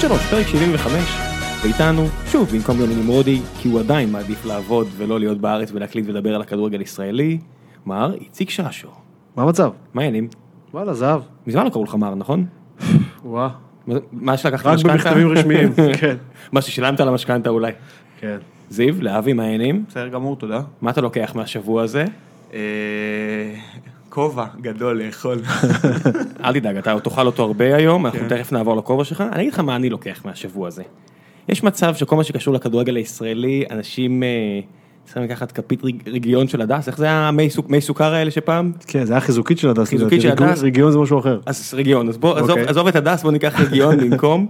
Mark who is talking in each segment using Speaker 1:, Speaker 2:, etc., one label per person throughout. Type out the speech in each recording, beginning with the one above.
Speaker 1: שלוש, פרק 75, ואיתנו, שוב, במקום יוני נמרודי, כי הוא עדיין מעדיף לעבוד ולא להיות בארץ ולהקליט ולדבר על הכדורגל הישראלי, מר איציק שעשוע.
Speaker 2: מה המצב?
Speaker 1: מה העניינים?
Speaker 2: וואלה, זהב.
Speaker 1: מזמן לא קראו לך מר, נכון?
Speaker 2: וואה.
Speaker 1: מה- מה שלקחת
Speaker 2: רק
Speaker 1: משכנתה?
Speaker 2: במכתבים רשמיים. כן.
Speaker 1: מה ששילמת על המשכנתה אולי.
Speaker 2: כן.
Speaker 1: זיו, להבי, מה העניינים?
Speaker 3: בסדר גמור, תודה.
Speaker 1: מה אתה לוקח מהשבוע הזה?
Speaker 3: אה, כובע גדול לאכול. כן.
Speaker 1: אל תדאג, אתה עוד תאכל אותו הרבה היום, אנחנו תכף נעבור לכובע שלך. אני אגיד לך מה אני לוקח מהשבוע הזה. יש מצב שכל מה שקשור לכדורגל הישראלי, אנשים אה, צריכים לקחת כפית רג- רגיון של הדס, איך זה היה המי סוכ- מי סוכר האלה שפעם?
Speaker 2: כן, זה היה חיזוקית של הדס.
Speaker 1: חיזוקית
Speaker 2: לדעתי.
Speaker 1: של הדס.
Speaker 2: רגיון- רגיון זה משהו אחר.
Speaker 1: אז רגיון, אז בוא, עזוב,
Speaker 2: אוקיי.
Speaker 1: עזוב את הדס, בוא ניקח רגיון במקום.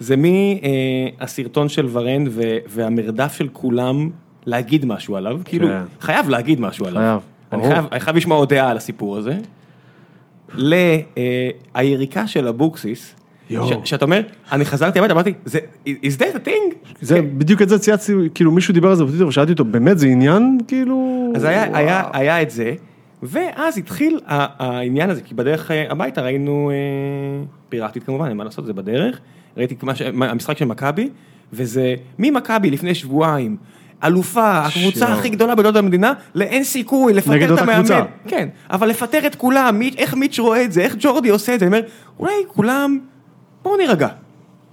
Speaker 1: זה מהסרטון של ורן ו- והמרדף של כולם להגיד משהו עליו, כאילו, חייב להגיד משהו עליו.
Speaker 2: כן. חייב,
Speaker 1: אני
Speaker 2: ברור.
Speaker 1: חייב, אני חייב לשמוע עוד דעה על הסיפור הזה. ליריקה של אבוקסיס,
Speaker 2: יואו.
Speaker 1: ש- שאתה אומר, אני חזרתי הביתה, אמרתי, "זה- is that a thing?
Speaker 2: זה, בדיוק את זה צייצתי, כאילו מישהו דיבר על זה בטוויטר ושאלתי אותו, באמת זה עניין? כאילו...
Speaker 1: אז היה,
Speaker 2: וואו.
Speaker 1: היה, היה את זה, ואז התחיל ה- העניין הזה, כי בדרך אה, הביתה ראינו אה, פיראטית כמובן, אין מה לעשות, זה בדרך, ראיתי את מה ש- מה- המשחק של מכבי, וזה ממכבי לפני שבועיים. אלופה, הקבוצה
Speaker 2: שיו.
Speaker 1: הכי גדולה בגדול המדינה, לאין סיכוי
Speaker 2: נגד
Speaker 1: לפטר את
Speaker 2: אותה
Speaker 1: המאמן.
Speaker 2: קבוצה.
Speaker 1: כן, אבל לפטר את כולם, מי, איך מיץ' רואה את זה, איך ג'ורדי עושה את זה, אני אומר, אולי כולם, בואו נירגע.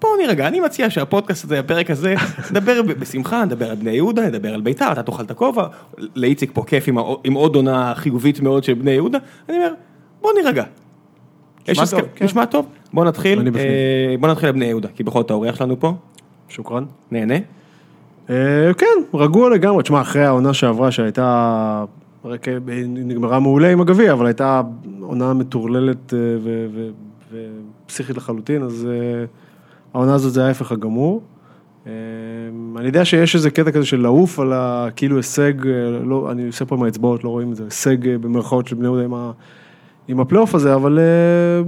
Speaker 1: בואו נירגע, אני מציע שהפודקאסט הזה, הפרק הזה, נדבר ב- בשמחה, נדבר על בני יהודה, נדבר על ביתר, אתה תאכל את הכובע, לאיציק פה כיף עם, הא- עם עוד עונה חיובית מאוד של בני יהודה, אני אומר, בואו נירגע. יש
Speaker 3: טוב,
Speaker 1: הסכם-
Speaker 3: כן.
Speaker 1: נשמע טוב, בואו
Speaker 2: אני
Speaker 1: נתחיל,
Speaker 2: בפנים.
Speaker 1: אה, בואו נתחיל על בני יהודה, כי בכל זאת האורח שלנו פה,
Speaker 2: שוקרן.
Speaker 1: נהנה.
Speaker 2: אה, כן, רגוע לגמרי. תשמע, אחרי העונה שעברה שהייתה... רק, אה, נגמרה מעולה עם הגביע, אבל הייתה עונה מטורללת אה, ו- ו- ו- ופסיכית לחלוטין, אז אה, העונה הזאת זה ההפך הגמור. אה, אני יודע שיש איזה קטע כזה של לעוף על ה... כאילו הישג, אה, לא, אני עושה פה עם האצבעות, לא רואים את זה, הישג אה, במרכאות של בני יהודה עם, ה- עם הפלייאוף הזה, אבל אה,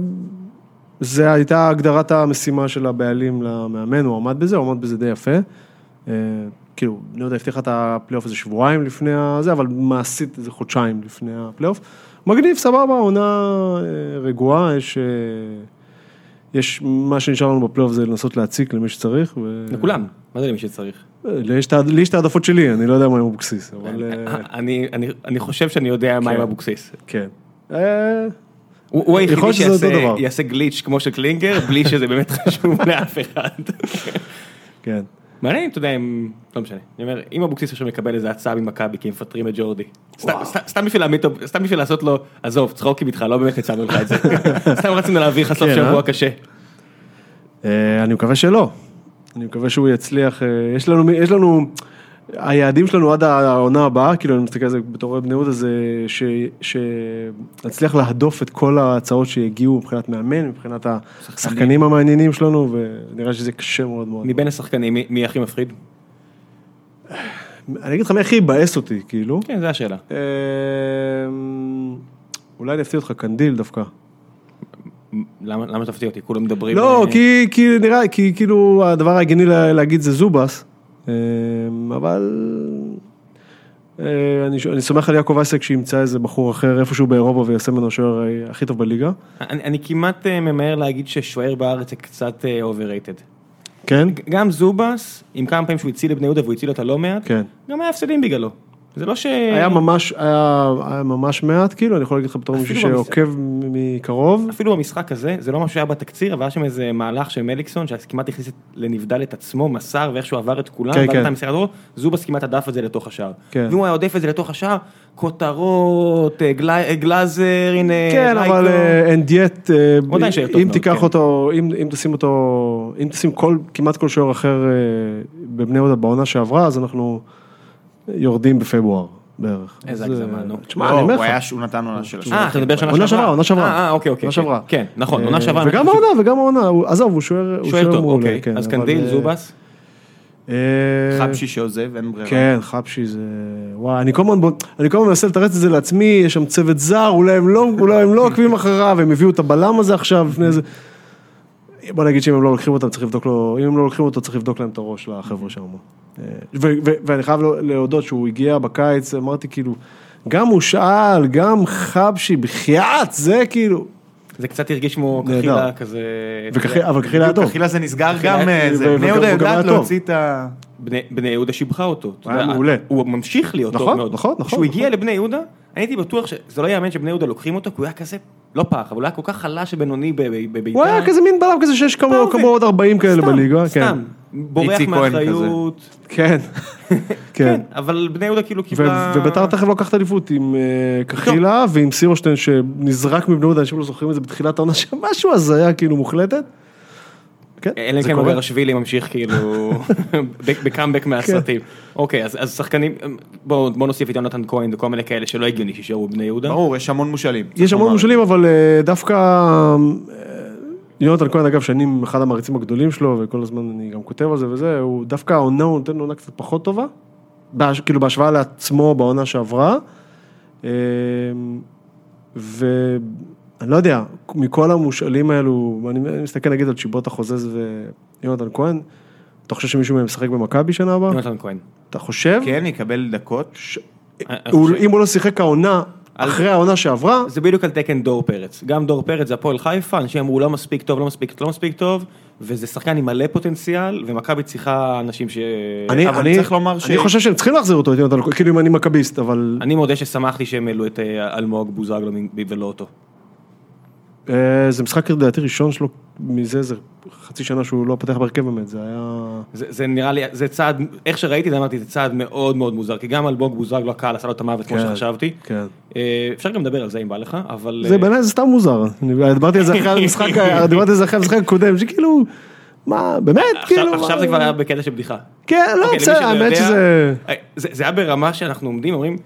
Speaker 2: זה הייתה הגדרת המשימה של הבעלים למאמן, הוא עמד בזה, הוא עמד בזה די יפה. אה, כאילו, אני לא יודע, הבטיחה את הפלייאוף הזה שבועיים לפני הזה, אבל מעשית זה חודשיים לפני הפלייאוף. מגניב, סבבה, עונה אה, רגועה, יש... אה, יש, מה שנשאר לנו בפלייאוף זה לנסות להציק למי שצריך. ו...
Speaker 1: לכולם, מה זה למי שצריך?
Speaker 2: אה, לי יש את ה- לי יש את העדפות שלי, אני לא יודע מה עם אבוקסיס, אבל... אה,
Speaker 1: אני- אני- אני חושב שאני יודע מה עם
Speaker 2: כן.
Speaker 1: אבוקסיס.
Speaker 2: כן. אה,
Speaker 1: הוא הוא היחידי
Speaker 2: יכול שזה אותו
Speaker 1: שיעשה-
Speaker 2: דבר.
Speaker 1: יעשה גליץ' כמו של קלינגר, בלי שזה באמת חשוב לאף אחד.
Speaker 2: כן.
Speaker 1: מעניין אם אתה יודע אם, לא משנה, אני אומר, אם אבוקסיס עכשיו מקבל איזה הצעה ממכבי כי הם מפטרים את ג'ורדי, סתם- סתם- סתם בשביל להעמיד אותו- סתם בשביל לעשות לו, עזוב, צחוקים איתך, לא באמת הצענו לך את זה, סתם רצינו להביא לך סוף
Speaker 2: כן,
Speaker 1: שבוע
Speaker 2: אה?
Speaker 1: קשה.
Speaker 2: אה, אני מקווה שלא. אני מקווה שהוא יצליח, אה, יש לנו, יש לנו, היעדים שלנו עד העונה הבאה, כאילו אני מסתכל על זה בתור בני יהודה, זה ש- שנצליח להדוף את כל ההצעות שהגיעו מבחינת מאמן, מבחינת השחקנים המעניינים שלנו, ונראה שזה קשה מאוד מאוד.
Speaker 1: מבין השחקנים, מי- מי הכי מפחיד?
Speaker 2: אני אגיד לך מה הכי יבאס אותי, כאילו.
Speaker 1: כן, זו השאלה.
Speaker 2: אה, אולי אני אפתיע אותך, קנדיל דווקא.
Speaker 1: למה למה תפתיע אותי? כולם מדברים...
Speaker 2: לא,
Speaker 1: אה,
Speaker 2: כי, כי נראה, כי כאילו הדבר ההגיוני לה- להגיד זה זובס, אה, אבל אה, אני, ש- אני סומך על יעקב אייסק שימצא איזה בחור אחר איפשהו באירופה ויעשה ממנו השוער אה, הכי טוב בליגה.
Speaker 1: אני אני כמעט אה, ממהר להגיד ששוער בארץ זה קצת אה, אוברייטד.
Speaker 2: כן?
Speaker 1: גם זובס, עם כמה פעמים שהוא הציל את בני יהודה והוא הציל אותה לא מעט,
Speaker 2: כן.
Speaker 1: גם היה הפסדים בגללו. זה לא ש...
Speaker 2: היה ממש, היה, היה ממש מעט, כאילו, אני יכול להגיד לך בתור מישהו
Speaker 1: אפילו במס-
Speaker 2: שעוקב מ- מקרוב.
Speaker 1: אפילו במשחק הזה, זה לא משהו שהיה בתקציר, אבל היה שם איזה מהלך של מליקסון, שכמעט הכניס את- לנבדל את עצמו, מסר ואיכשהו עבר את כולם,
Speaker 2: כן,
Speaker 1: ואז
Speaker 2: כן.
Speaker 1: נתן מסירת אור, זובס כמעט הדף את זה לתוך השער.
Speaker 2: כן.
Speaker 1: ואם הוא היה עודף את זה לתוך השער, כותרות, אה, גל- אה, גלאזר, הנה,
Speaker 2: כן,
Speaker 1: לייקו.
Speaker 2: אבל אה, אין דיאט, אה,
Speaker 1: הוא עדיין שוער טוב
Speaker 2: אם
Speaker 1: מאוד,
Speaker 2: תיקח
Speaker 1: כן.
Speaker 2: אותו, אם אם תשים אותו, אם תשים כל, כמעט כל שוער אחר אה, בבני יהודה בעונה שעברה, אז אנחנו יורדים בפברואר בערך.
Speaker 1: איזה
Speaker 2: אז, אה,
Speaker 1: הגזמה, נו.
Speaker 2: תשמע, אני אומר
Speaker 3: לא, הוא
Speaker 2: לך.
Speaker 3: היה, שהוא נתן עונה של
Speaker 1: אה, אתה מדבר שנה שעברה.
Speaker 2: עונה שעברה, עונה שעברה.
Speaker 1: אה, אה, אוקיי, אוקיי.
Speaker 2: עונה שעברה.
Speaker 1: כן, נכון,
Speaker 2: אה,
Speaker 1: עונה שעברה.
Speaker 2: וגם העונה, וגם העונה, הוא- עזוב, הוא שוער הוא
Speaker 1: שוער טוב,
Speaker 2: מעולה,
Speaker 1: אוקיי.
Speaker 2: כן,
Speaker 1: אז
Speaker 2: אבל,
Speaker 1: קנדיל,
Speaker 2: אה,
Speaker 1: זובס.
Speaker 2: אה,
Speaker 3: חבשי שעוזב, אין ברירה.
Speaker 2: כן, חפשי זה... וואי, אני כל הזמן בו- אני כל הזמן מנסה לתרץ את זה לעצמי, יש שם צוות זר, אולי הם לא, אולי הם לא עוקבים אחריו, הם הביאו את הבלם הזה עכשיו לפני זה. בוא נגיד שאם הם לא לוקחים אותם, צריך לבדוק לו, אם הם לא לוקחים אותו, צריך לבדוק להם את הראש לחבר'ה שם. אה, ו- ו- ואני חייב לא- להודות שהוא הגיע בקיץ, אמרתי כאילו, גם הוא שאל, גם חבשי, בחייאת, זה כאילו...
Speaker 1: זה קצת הרגיש כמו
Speaker 2: נהדר.
Speaker 1: קחילה כזה...
Speaker 2: וכחי- אבל קחילה היה
Speaker 3: בדיוק,
Speaker 2: טוב.
Speaker 3: אכילה זה נסגר
Speaker 1: אכילה
Speaker 3: גם, אה,
Speaker 2: ו-
Speaker 3: זה,
Speaker 2: וגם-
Speaker 3: בני יהודה
Speaker 2: וגם היה
Speaker 3: יודעת
Speaker 2: טוב.
Speaker 3: להוציא את ה...
Speaker 1: בני, בני יהודה שיבחה אותו. אתה
Speaker 2: היה
Speaker 1: יודע,
Speaker 2: מעולה.
Speaker 1: הוא ממשיך להיות טוב
Speaker 2: נכון,
Speaker 1: מאוד.
Speaker 2: נכון, נכון,
Speaker 1: כשהוא הגיע
Speaker 2: נכון.
Speaker 1: לבני יהודה, אני הייתי בטוח שזה לא יאמן שבני יהודה לוקחים אותו, כי הוא היה כזה, לא פח, אבל הוא היה כל כך חלש ובינוני ב- ב- בביתר.
Speaker 2: הוא היה כזה מין בלם כזה שיש כמוהו
Speaker 1: פעם ו-
Speaker 2: כמו עוד 40 כאלה
Speaker 1: סתם,
Speaker 2: בליגה.
Speaker 1: סתם, בורח
Speaker 3: איציק כהן
Speaker 1: מאחריות.
Speaker 2: כן. כן.
Speaker 1: כן, אבל בני יהודה כאילו קיבלה... לא.
Speaker 2: ו- וביתר תכף לוקחת אליפות עם אה, קחילה ועם סירושטיין שנזרק מבני יהודה, אנשים לא זוכרים את זה בתחילת העונה, שמשהו הזיה כאילו מוחלטת. כן,
Speaker 1: אלא אם
Speaker 2: זה
Speaker 1: כן
Speaker 2: קורה. כן.
Speaker 1: אוברשווילי ממשיך כאילו ב- בקאמבק מהסרטים. אוקיי, אז אז שחקנים, בואו בואו נוסיף את יונתן כהן וכל מיני כאלה שלא הגיוני שישארו בני יהודה.
Speaker 3: ברור, יש המון מושאלים.
Speaker 2: יש המון
Speaker 3: כלומר,
Speaker 2: מושלים, אבל אה, דווקא אה, יונתן כהן, אגב, שאני אחד המעריצים הגדולים שלו, וכל הזמן אני גם כותב על זה וזה, הוא דווקא העונה, הוא נותן לו עונה קצת פחות טובה, בהש- כאילו בהשוואה לעצמו בעונה שעברה. אה, ואני לא יודע, מכל המושאלים האלו, אני אני מסתכל נגיד על צ'יבוטה חוזז ויונתן כהן, אתה חושב שמישהו מהם ישחק במכבי שנה הבאה?
Speaker 1: יונתן כהן.
Speaker 2: אתה חושב?
Speaker 3: כן, יקבל דקות.
Speaker 1: אני
Speaker 2: הוא-
Speaker 1: חושב-
Speaker 2: אם הוא לא שיחק העונה, אחרי העונה שעברה,
Speaker 1: זה בדיוק על תקן דור פרץ. גם דור פרץ זה הפועל חיפה, אנשים אמרו לא מספיק טוב, לא מספיק, לא מספיק טוב, וזה שחקן עם מלא פוטנציאל, ומכבי צריכה אנשים ש...
Speaker 2: אני,
Speaker 3: אבל
Speaker 2: אני,
Speaker 3: צריך לומר ש-
Speaker 2: אני חושב שהם צריכים להחזיר אותו, את יונתן כהן, כאילו אם אני מכביסט, אבל
Speaker 1: אני מודה ששמחתי שהם העלו את אה, אלמוג בוזגלו מ- ולא אותו.
Speaker 2: אה, זה משחק לדעתי ראשון שלו מזה, זה חצי שנה שהוא לא פתח בהרכב באמת, זה היה...
Speaker 1: זה, זה נראה לי, זה צעד, איך שראיתי את זה אמרתי, זה צעד מאוד מאוד מוזר, כי גם אלמוג בוזגלו הקהל עשה לו את המוות כמו
Speaker 2: כן,
Speaker 1: שחשבתי.
Speaker 2: כן.
Speaker 1: אה, אפשר גם לדבר על זה אם בא לך, אבל...
Speaker 2: זה
Speaker 1: אה,
Speaker 2: בעיניי זה סתם מוזר, אני דיברתי על זה אחרי המשחק, ה- דיברתי על זה אחרי המשחק הקודם, שכאילו, מה, באמת,
Speaker 1: עכשיו-
Speaker 2: כאילו,
Speaker 1: עכשיו
Speaker 2: מה-
Speaker 1: זה כבר היה בקטע של בדיחה.
Speaker 2: כן, לא,
Speaker 1: אוקיי, למי
Speaker 2: בסדר,
Speaker 1: שלא
Speaker 2: האמת
Speaker 1: יודע,
Speaker 2: שזה...
Speaker 1: אה, זה זה היה ברמה שאנחנו עומדים, אומרים,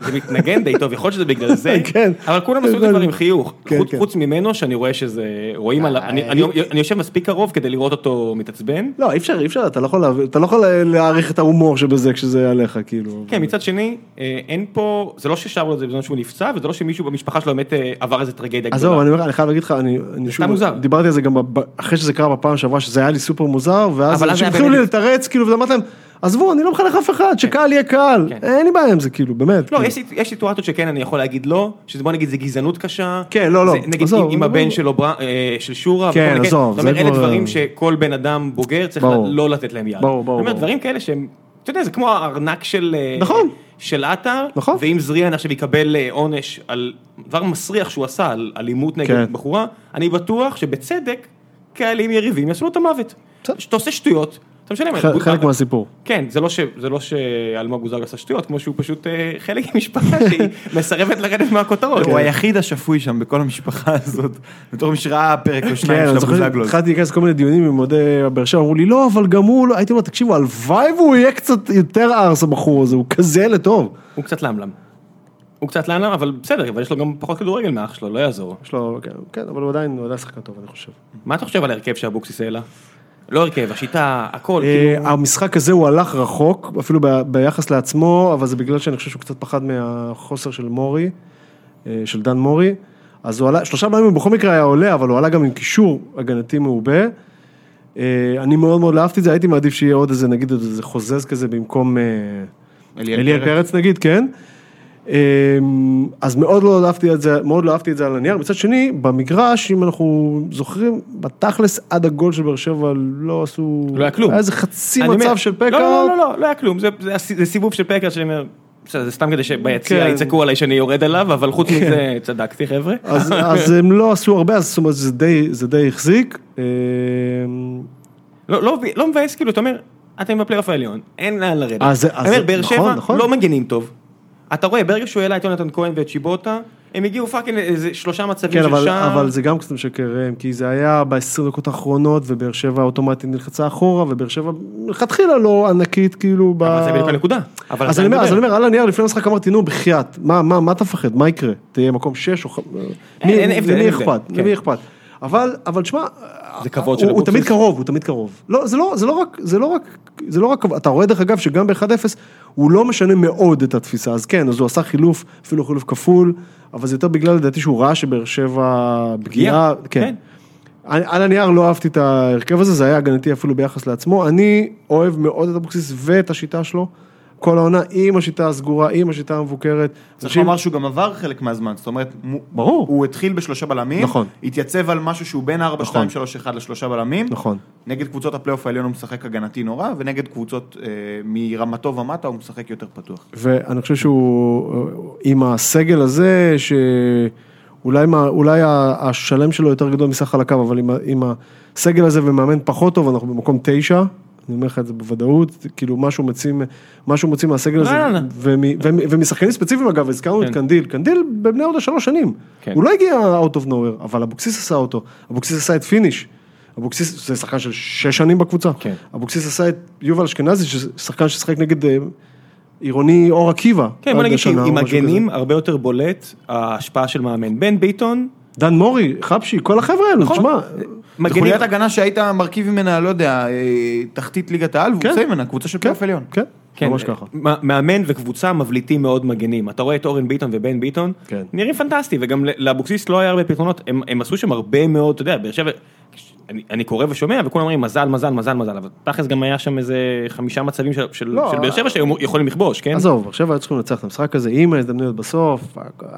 Speaker 1: זה מתנגן די טוב, יכול להיות שזה בגלל זה,
Speaker 2: כן.
Speaker 1: אבל כולם עשו את זה כבר עם חיוך,
Speaker 2: כן,
Speaker 1: חוץ-
Speaker 2: כן. אה,
Speaker 1: חוץ ממנו שאני רואה שזה, רואים עליו, אני- אני אני יושב מספיק קרוב כדי לראות אותו מתעצבן,
Speaker 2: לא, אי אפשר, אי אפשר, אתה לא יכול להב- אתה לא יכול להעריך את ההומור שבזה כשזה עליך, כאילו.
Speaker 1: כן, מצד שני, אה, אין פה, זה לא ששרו לו את זה בזמן שהוא נפצע, וזה לא שמישהו במשפחה שלו באמת אה, עבר איזה טרגדיה
Speaker 2: אז זהו,
Speaker 1: גדולה.
Speaker 2: אני אומר, אני חייב להגיד לך, אני, אני שוב,
Speaker 1: מוזר.
Speaker 2: דיברתי על זה גם ב- ב- אחרי שזה קרה בפעם שעברה, שזה היה לי סופר מוזר, ואז
Speaker 1: אבל אז
Speaker 2: אנשים
Speaker 1: היה
Speaker 2: התחילו לי
Speaker 1: באמת-
Speaker 2: לתרץ, כאילו, ואמרתי להם, עזבו, אני לא מחנך אף אחד, שקהל יהיה קהל,
Speaker 1: כן.
Speaker 2: אין לי בעיה עם זה, כאילו, באמת.
Speaker 1: לא,
Speaker 2: כאילו.
Speaker 1: יש, יש סיטואציות שכן אני יכול להגיד לא, שזה בוא נגיד זה גזענות קשה.
Speaker 2: כן, לא, לא,
Speaker 1: זה, נגיד
Speaker 2: עזוב,
Speaker 1: עם, עם
Speaker 2: לא,
Speaker 1: הבן
Speaker 2: לא.
Speaker 1: שלו, בר- אה, של שורה.
Speaker 2: כן,
Speaker 1: וכל מיני כאלה.
Speaker 2: עזוב,
Speaker 1: זאת
Speaker 2: זה
Speaker 1: אומרת, אלה
Speaker 2: כבר-
Speaker 1: דברים שכל בן אדם בוגר צריך
Speaker 2: ברור.
Speaker 1: לא לתת להם יד.
Speaker 2: ברור, ברור,
Speaker 1: זאת אומרת,
Speaker 2: ברור.
Speaker 1: דברים כאלה שהם, אתה יודע, זה כמו הארנק של... אה,
Speaker 2: נכון.
Speaker 1: של עטר,
Speaker 2: נכון.
Speaker 1: ואם זריאן עכשיו יקבל אה, עונש על דבר מסריח שהוא עשה, על אלימות נגד
Speaker 2: כן.
Speaker 1: בחורה, אני בטוח שבצדק, קהלים יריבים יעשו לו את המוות.
Speaker 2: בסדר.
Speaker 1: שאתה עושה שטויות, אתה משלם.
Speaker 2: ח- חלק מהסיפור.
Speaker 1: כן, זה לא, ש... זה לא שאלמוג בוזגלו עשה שטויות, כמו שהוא פשוט אה, חלק ממשפחה שהיא מסרבת לרדת
Speaker 2: כן.
Speaker 1: מהכותרות.
Speaker 3: הוא היחיד השפוי שם בכל המשפחה הזאת, בתור מי שראה פרק או
Speaker 2: כן,
Speaker 3: שניים של
Speaker 2: אני זוכר,
Speaker 3: הבוזגלו.
Speaker 2: התחלתי להיכנס כל מיני דיונים עם אוהדי באר שבע, אמרו לי, לא, אבל גם הוא, לא." הייתי אומר, תקשיבו, הלוואי והוא יהיה קצת יותר ארס הבחור הזה, הוא כזה ילד טוב.
Speaker 1: הוא קצת למלם. הוא קצת למלם, אבל בסדר, אבל יש לו גם פחות כדורגל מאח שלו, לא יעזור.
Speaker 2: יש לו, כן, כן, אבל הוא עדיין, הוא עדיין שחקן טוב, אני חושב.
Speaker 1: מה אתה חושב על ההרכב שאבוקסיס העלה? לא הרכב, השיטה, הכל,
Speaker 2: אה,
Speaker 1: כאילו...
Speaker 2: המשחק הזה הוא הלך רחוק, אפילו ב- ביחס לעצמו, אבל זה בגלל שאני חושב שהוא קצת פחד מהחוסר של מורי, אה, של דן מורי. אז הוא עלה, שלושה פעמים הוא בכל מקרה היה עולה, אבל הוא עלה גם עם קישור הגנתי מעובה. אה, אני מאוד מאוד אהבתי את זה, הייתי מעדיף שיהיה עוד איזה, נגיד, עוד איזה חוזז כזה במקום אה,
Speaker 3: אליאל
Speaker 2: אליאל
Speaker 3: פרץ.
Speaker 2: פרץ נגיד, כן. אה, אז מאוד לא אהבתי את זה, מאוד לא אהבתי את זה על הנייר. מצד שני, במגרש, אם אנחנו זוכרים, בתכלס עד הגול של באר שבע לא עשו...
Speaker 1: לא היה כלום.
Speaker 2: היה איזה חצי
Speaker 1: אני אומר-
Speaker 2: מצב של
Speaker 1: לא,
Speaker 2: פקארט.
Speaker 1: לא, לא, לא, לא היה כלום, זה- זה הס- זה סיבוב של פקארט שאני אומר... בסדר, זה סתם כדי שביציע
Speaker 2: כן.
Speaker 1: יצעקו עליי שאני יורד עליו, אבל חוץ מזה צדקתי חבר'ה.
Speaker 2: אז, אז הם לא עשו הרבה, אז זאת אומרת, זה די, זה די החזיק. אמ, אה,
Speaker 1: לא, לא, לא מבאס, כאילו, אתה אומר, אתם בפלייאוף העליון, אין לאן לרדת.
Speaker 2: אה, זה-
Speaker 1: אני אומר,
Speaker 2: אז-
Speaker 1: באר
Speaker 2: נכון,
Speaker 1: שבע
Speaker 2: נכון.
Speaker 1: לא מגנים טוב. אתה רואה, ברגע שהוא העלה את יונתן כהן ואת שיבוטה, הם הגיעו פאקינג איזה שלושה מצבים
Speaker 2: כן,
Speaker 1: של
Speaker 2: אבל,
Speaker 1: שער.
Speaker 2: אבל זה גם קצת משקר, ראם, כי זה היה ב-20 דקות האחרונות, ובאר שבע אוטומטית נלחצה אחורה, ובאר שבע מלכתחילה לא ענקית, כאילו, ב...
Speaker 1: אבל זה בדיוק הנקודה. אבל
Speaker 2: אז
Speaker 1: אתה
Speaker 2: אני אומר,
Speaker 1: מדבר.
Speaker 2: אז אני אומר, על הנייר לפני המשחק אמרתי, נו, בחייאת, מה, מה, מה אתה מפחד, מה יקרה? תהיה מקום שש או חמש,
Speaker 1: אין הבדל,
Speaker 2: למי
Speaker 1: אין הבדל,
Speaker 2: אכפת,
Speaker 1: כן.
Speaker 2: למי אכפת. אבל, אבל תשמע,
Speaker 1: זה כבוד של
Speaker 2: הוא, הוא
Speaker 1: אבוקסיס.
Speaker 2: תמיד קרוב, הוא תמיד קרוב. לא, זה לא, זה לא רק, זה לא רק, זה לא רק, אתה רואה דרך אגב שגם ב-1-0, הוא לא משנה מאוד את התפיסה, אז כן, אז הוא עשה חילוף, אפילו חילוף כפול, אבל זה יותר בגלל לדעתי שהוא ראה שבאר שבע
Speaker 1: פגיעה,
Speaker 2: פגיעה,
Speaker 1: כן.
Speaker 2: כן. אני- על הנייר לא אהבתי את ההרכב הזה, זה היה הגנתי אפילו ביחס לעצמו. אני אוהב מאוד את אבוקסיס ואת השיטה שלו. כל העונה עם השיטה הסגורה, עם השיטה המבוקרת.
Speaker 3: צריך
Speaker 2: אנשים-
Speaker 3: לומר שהוא גם עבר חלק מהזמן, זאת אומרת, מו-
Speaker 2: ברור.
Speaker 3: הוא התחיל בשלושה בלמים,
Speaker 2: נכון.
Speaker 3: התייצב על משהו שהוא בין 4,
Speaker 2: נכון.
Speaker 3: 2, 3, 1 לשלושה בלמים,
Speaker 2: נכון.
Speaker 3: נגד קבוצות הפלייאוף העליון הוא משחק הגנתי נורא, ונגד קבוצות אה, מרמתו ומטה הוא משחק יותר פתוח.
Speaker 2: ואני חושב שהוא, אה, עם הסגל הזה, שאולי מה- אולי ה- השלם שלו יותר גדול מסך על הקו, אבל עם, ה- עם הסגל הזה ומאמן פחות טוב, אנחנו במקום תשע. אני אומר לך את זה בוודאות, כאילו משהו מוצאים, משהו מוצאים
Speaker 3: לא,
Speaker 2: מהסגל הזה,
Speaker 1: רעננה.
Speaker 2: ומ- ומ- ומשחקנים ספציפיים אגב, הזכרנו את קנדיל, קנדיל בבני יהודה שלוש שנים,
Speaker 1: כן.
Speaker 2: הוא לא הגיע out of nowhere, אבל אבוקסיס עשה אותו, אבוקסיס עשה את פיניש, אבוקסיס זה שחקן של שש שנים בקבוצה,
Speaker 1: כן.
Speaker 2: אבוקסיס עשה את יובל אשכנזי, שזה שחקן ששחק נגד אה, עירוני אור עקיבא.
Speaker 1: כן, בוא
Speaker 2: עד
Speaker 1: נגיד
Speaker 2: השנה
Speaker 1: שעם
Speaker 2: או משהו
Speaker 1: הגנים הרבה יותר בולט ההשפאה של מאמן. בן ביטון,
Speaker 2: כזה. דן מורי, חבשי, כל החבר'ה האלו,
Speaker 1: נכון.
Speaker 2: תשמע,
Speaker 3: זו
Speaker 1: מגנים,
Speaker 3: חוליית הגנה שהיית מרכיב ממנה, לא יודע, אה, תחתית ליגת העל, והוא
Speaker 2: כן.
Speaker 3: יוצא ממנה, קבוצה של פלייאוף עליון.
Speaker 2: כן,
Speaker 1: כן,
Speaker 2: ממש ככה.
Speaker 1: מ- מאמן וקבוצה מבליטים מאוד מגנים. אתה רואה את אורן ביטון ובן ביטון,
Speaker 2: כן.
Speaker 1: נראים פנטסטי, וגם ל- לאבוקסיס לא היה הרבה פתרונות, הם, הם עשו שם הרבה מאוד, אתה יודע, באר שבע, אני, אני קורא ושומע, וכולם אומרים מזל, מזל, מזל, מזל, אבל תכלס גם היה שם איזה חמישה מצבים של, של,
Speaker 2: לא,
Speaker 1: של באר שבע שהיו מ- יכולים לכבוש, כן?
Speaker 2: עזוב, עכשיו היו צריכים לנצח את המשחק הזה עם ההזדמנויות בסוף,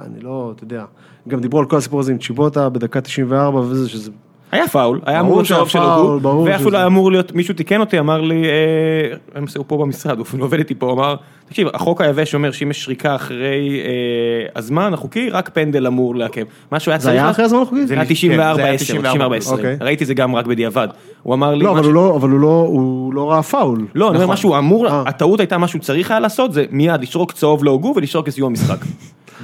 Speaker 2: אני לא, אתה יודע, גם דיברו על כל הסיפור הזה עם צ'יבוטה בדקה 94 וזה, שזה,
Speaker 1: היה פאול, היה
Speaker 2: ברור
Speaker 1: אמור להיות
Speaker 2: שהיה
Speaker 1: צהוב של
Speaker 2: פאול, ברור
Speaker 1: הוגו, ואפילו
Speaker 2: שזה-
Speaker 1: לא היה אמור להיות, מישהו תיקן אותי, אמר לי, אה, למעשה הוא פה במשרד, הוא אפילו עובד איתי פה, הוא אמר, תקשיב, החוק היבש אומר שאם יש שריקה אחרי אה, הזמן החוקי, רק פנדל אמור לעכב. מה שהוא היה
Speaker 2: זה
Speaker 1: צריך...
Speaker 2: היה
Speaker 1: לעשות-
Speaker 2: אחרי הזמן החוקי?
Speaker 1: זה היה
Speaker 3: כן, זה היה
Speaker 1: 94-10, 94-10,
Speaker 2: אוקיי.
Speaker 1: ראיתי את זה גם רק בדיעבד. הוא אמר לי...
Speaker 2: לא,
Speaker 1: מה
Speaker 2: אבל
Speaker 1: ש-
Speaker 2: הוא לא, אבל הוא לא, הוא לא ראה פאול.
Speaker 1: לא, אני אומר מה שהוא אמור,
Speaker 2: אה.
Speaker 1: הטעות הייתה מה שהוא צריך היה לעשות, זה מיד לשרוק צהוב להוגו ולשרוק לסיום המשחק.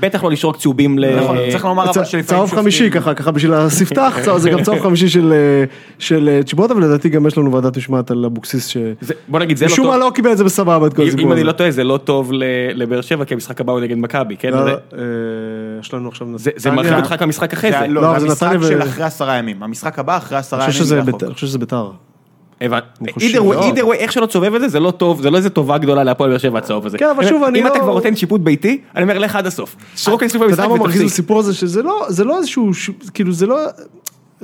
Speaker 1: בטח לא לשרוק צהובים ל...
Speaker 3: נכון, צריך לומר אבל
Speaker 2: צה-
Speaker 3: שלפעמים
Speaker 2: אה, צהוב
Speaker 3: שופטים-
Speaker 2: חמישי ככה, ככה בשביל הספתח, צהוב- זה גם צהוב חמישי של, אה, של אה, צ'יבוטה, ולדעתי גם יש לנו ועדת משמעת על אבוקסיס, ש-
Speaker 1: זה- בוא נגיד, זה לא
Speaker 2: משום
Speaker 1: טוב.
Speaker 2: מה לא קיבל את זה בסבבה את כל הסיפור הזה.
Speaker 1: אם אני לא טועה, זה לא טוב ל- לבאר שבע, כי המשחק הבא הוא נגד מכבי, כן?
Speaker 2: לא,
Speaker 1: זה-
Speaker 2: לא, אה, יש לנו עכשיו... אה,
Speaker 1: זה- זה מרחיק אותך גם משחק אחרי
Speaker 3: זה
Speaker 1: זה.
Speaker 2: לא,
Speaker 3: לא, זה
Speaker 2: אבל זה
Speaker 3: המשחק
Speaker 2: נתניה ו-
Speaker 3: של אחרי עשרה ימים, המשחק הבא אחרי עשרה
Speaker 2: אני
Speaker 3: ימים
Speaker 2: חושב שזה
Speaker 3: זה
Speaker 1: נכון.
Speaker 3: החוק.
Speaker 2: ביתר- אני חושב שזה ביתר.
Speaker 1: הבנתי.
Speaker 2: חושב-
Speaker 1: either way,
Speaker 2: לא.
Speaker 1: either way, איך שלא תסובב את זה, זה לא טוב, זה לא איזה טובה גדולה להפועל באר שבע הצהוב הזה.
Speaker 2: כן, אבל שוב, אני
Speaker 1: אם אתה
Speaker 2: לא-
Speaker 1: כבר נותן שיפוט ביתי, אני אומר לך עד הסוף. שרוק לסיום
Speaker 2: אתה
Speaker 1: המשחק
Speaker 2: יודע מה מרגיז
Speaker 1: ותפסיק.
Speaker 2: בסיפור הזה? שזה לא- זה לא איזשהו... ש- כאילו זה לא...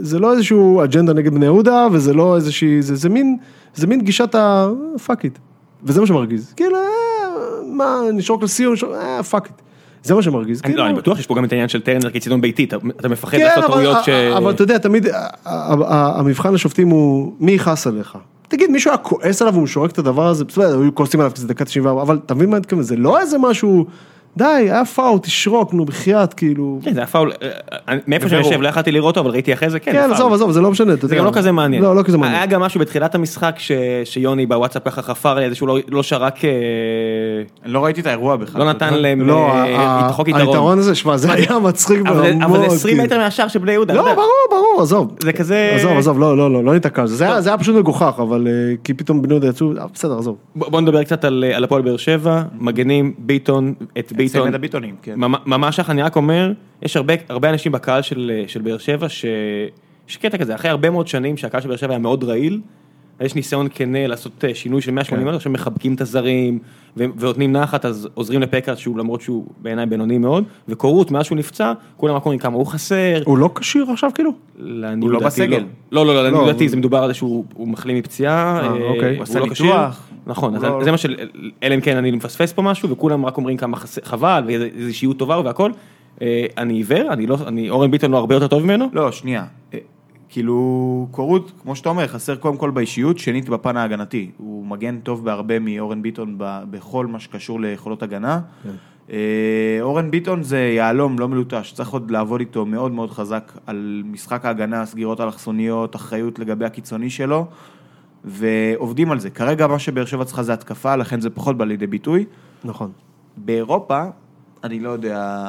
Speaker 2: זה לא איזשהו אג'נדה נגד בני יהודה, וזה לא איזושהי... זה זה מין... זה מין גישת ה... פאק איט. וזה מה שמרגיז. כאילו, אה, מה, נשרוק לסיום, נשרוק- אה, פאק איט. זה מה שמרגיז.
Speaker 1: אני-
Speaker 2: כאילו-
Speaker 1: לא, אני בטוח שיש פה גם את העניין של טרנר כצידון ביתי, אתה- אתה מפחד
Speaker 2: כן,
Speaker 1: לעשות
Speaker 2: אבל-
Speaker 1: טעויות ש...
Speaker 2: אבל אתה יודע, תמיד ה- ה- ה- המבחן לשופטים הוא מי יכעס עליך. תגיד, מישהו היה כועס עליו והוא שורק את הדבר הזה, בסדר, היו כועסים עליו כי זה דקה 94, אבל אתה מבין מה אני מתכוון? זה לא איזה משהו, די, היה פאול, תשרוק, נו, בחייאת, כאילו.
Speaker 1: כן, זה היה פאול, אה, אה, מאיפה שאני יושב לא יכלתי לראות אותו, אבל ראיתי אחרי זה, כן, זה
Speaker 2: כן,
Speaker 1: פאול.
Speaker 2: עזוב, עזוב, זה לא משנה, אתה יודע.
Speaker 1: זה גם לא כזה מעניין.
Speaker 2: לא, לא כזה מעניין.
Speaker 1: היה גם משהו בתחילת המשחק ש- שיוני בוואטסאפ ככה חפר לי, איזה שהוא לא- לא שרק, אה,
Speaker 3: אני לא ראיתי את האירוע בכלל.
Speaker 1: לא נתן להם
Speaker 2: לא,
Speaker 1: אה,
Speaker 2: ה- ה-
Speaker 1: חוק יתרון.
Speaker 2: היתרון הזה, שמע, זה היה מצחיק
Speaker 1: אבל זה-
Speaker 2: ברמות.
Speaker 1: אבל זה 20
Speaker 2: כאילו.
Speaker 1: מטר מהשער של בני יהודה.
Speaker 2: לא,
Speaker 1: אתה יודע.
Speaker 2: ברור, ברור, עזוב.
Speaker 1: זה כזה-
Speaker 2: עזוב, עזוב, לא, לא, לא, לא ניתקע על זה. זה היה- זה היה פשוט מגוחך, אבל אה, כי פתאום בני יהודה יצאו, אה, בסדר, עזוב.
Speaker 1: ב- בוא נדבר קצת על אה, על הפועל באר שבע, מגנים, ביטון, את ביטון.
Speaker 3: צמד הביטונים, כן.
Speaker 1: ממ- ממש ככה, אני רק אומר, יש הרבה, הרבה אנשים בקהל של, של באר שבע, ש... יש קטע כזה, אחרי הרבה מאוד שנים שהקהל של באר שבע היה מאוד רעיל, אז יש ניסיון כנה לעשות אה, שינוי של 180 מטר, עכשיו מחבקים את הזרים, ו- ונותנים נחת, אז עוזרים לפקארט, שהוא למרות שהוא בעיניי בינוני מאוד, וקורות, מאז שהוא נפצע, כולם רק אומרים כמה הוא חסר,
Speaker 2: הוא לא כשיר עכשיו, כאילו?
Speaker 1: לעניות
Speaker 3: לא
Speaker 1: דעתי
Speaker 3: בסגל.
Speaker 1: לא, לא, לא, לעניות
Speaker 2: לא,
Speaker 1: דעתי
Speaker 2: אבל-
Speaker 1: זה מדובר על זה שהוא הוא מחלים מפציעה, אה,
Speaker 2: אוקיי.
Speaker 1: הוא
Speaker 3: עשה
Speaker 1: לא
Speaker 3: ניתוח.
Speaker 1: כשיר. נכון, אז
Speaker 2: לא-
Speaker 1: זה מה של, אלא אם כן אני מפספס פה משהו, וכולם רק אומרים כמה חס- חבל, ואיזה איזה אישיות טובה והכל. אה, אני עיוור, אני לא, אני, אורן ביטון לא הרבה יותר טוב ממנו.
Speaker 3: לא, שנייה. אה, כאילו, קורות, כמו שאתה אומר, חסר קודם כל באישיות, שנית בפן ההגנתי. הוא מגן טוב בהרבה מאורן ביטון ב- בכל מה שקשור ליכולות הגנה.
Speaker 1: כן.
Speaker 3: אה, אורן ביטון זה יהלום לא מלוטש, צריך עוד לעבוד איתו מאוד מאוד חזק על משחק ההגנה, סגירות אלכסוניות, אחריות לגבי הקיצוני שלו, ועובדים על זה. כרגע מה שבאר שבע צריכה זה התקפה, לכן זה פחות בא לידי ביטוי.
Speaker 2: נכון.
Speaker 3: באירופה, אני לא יודע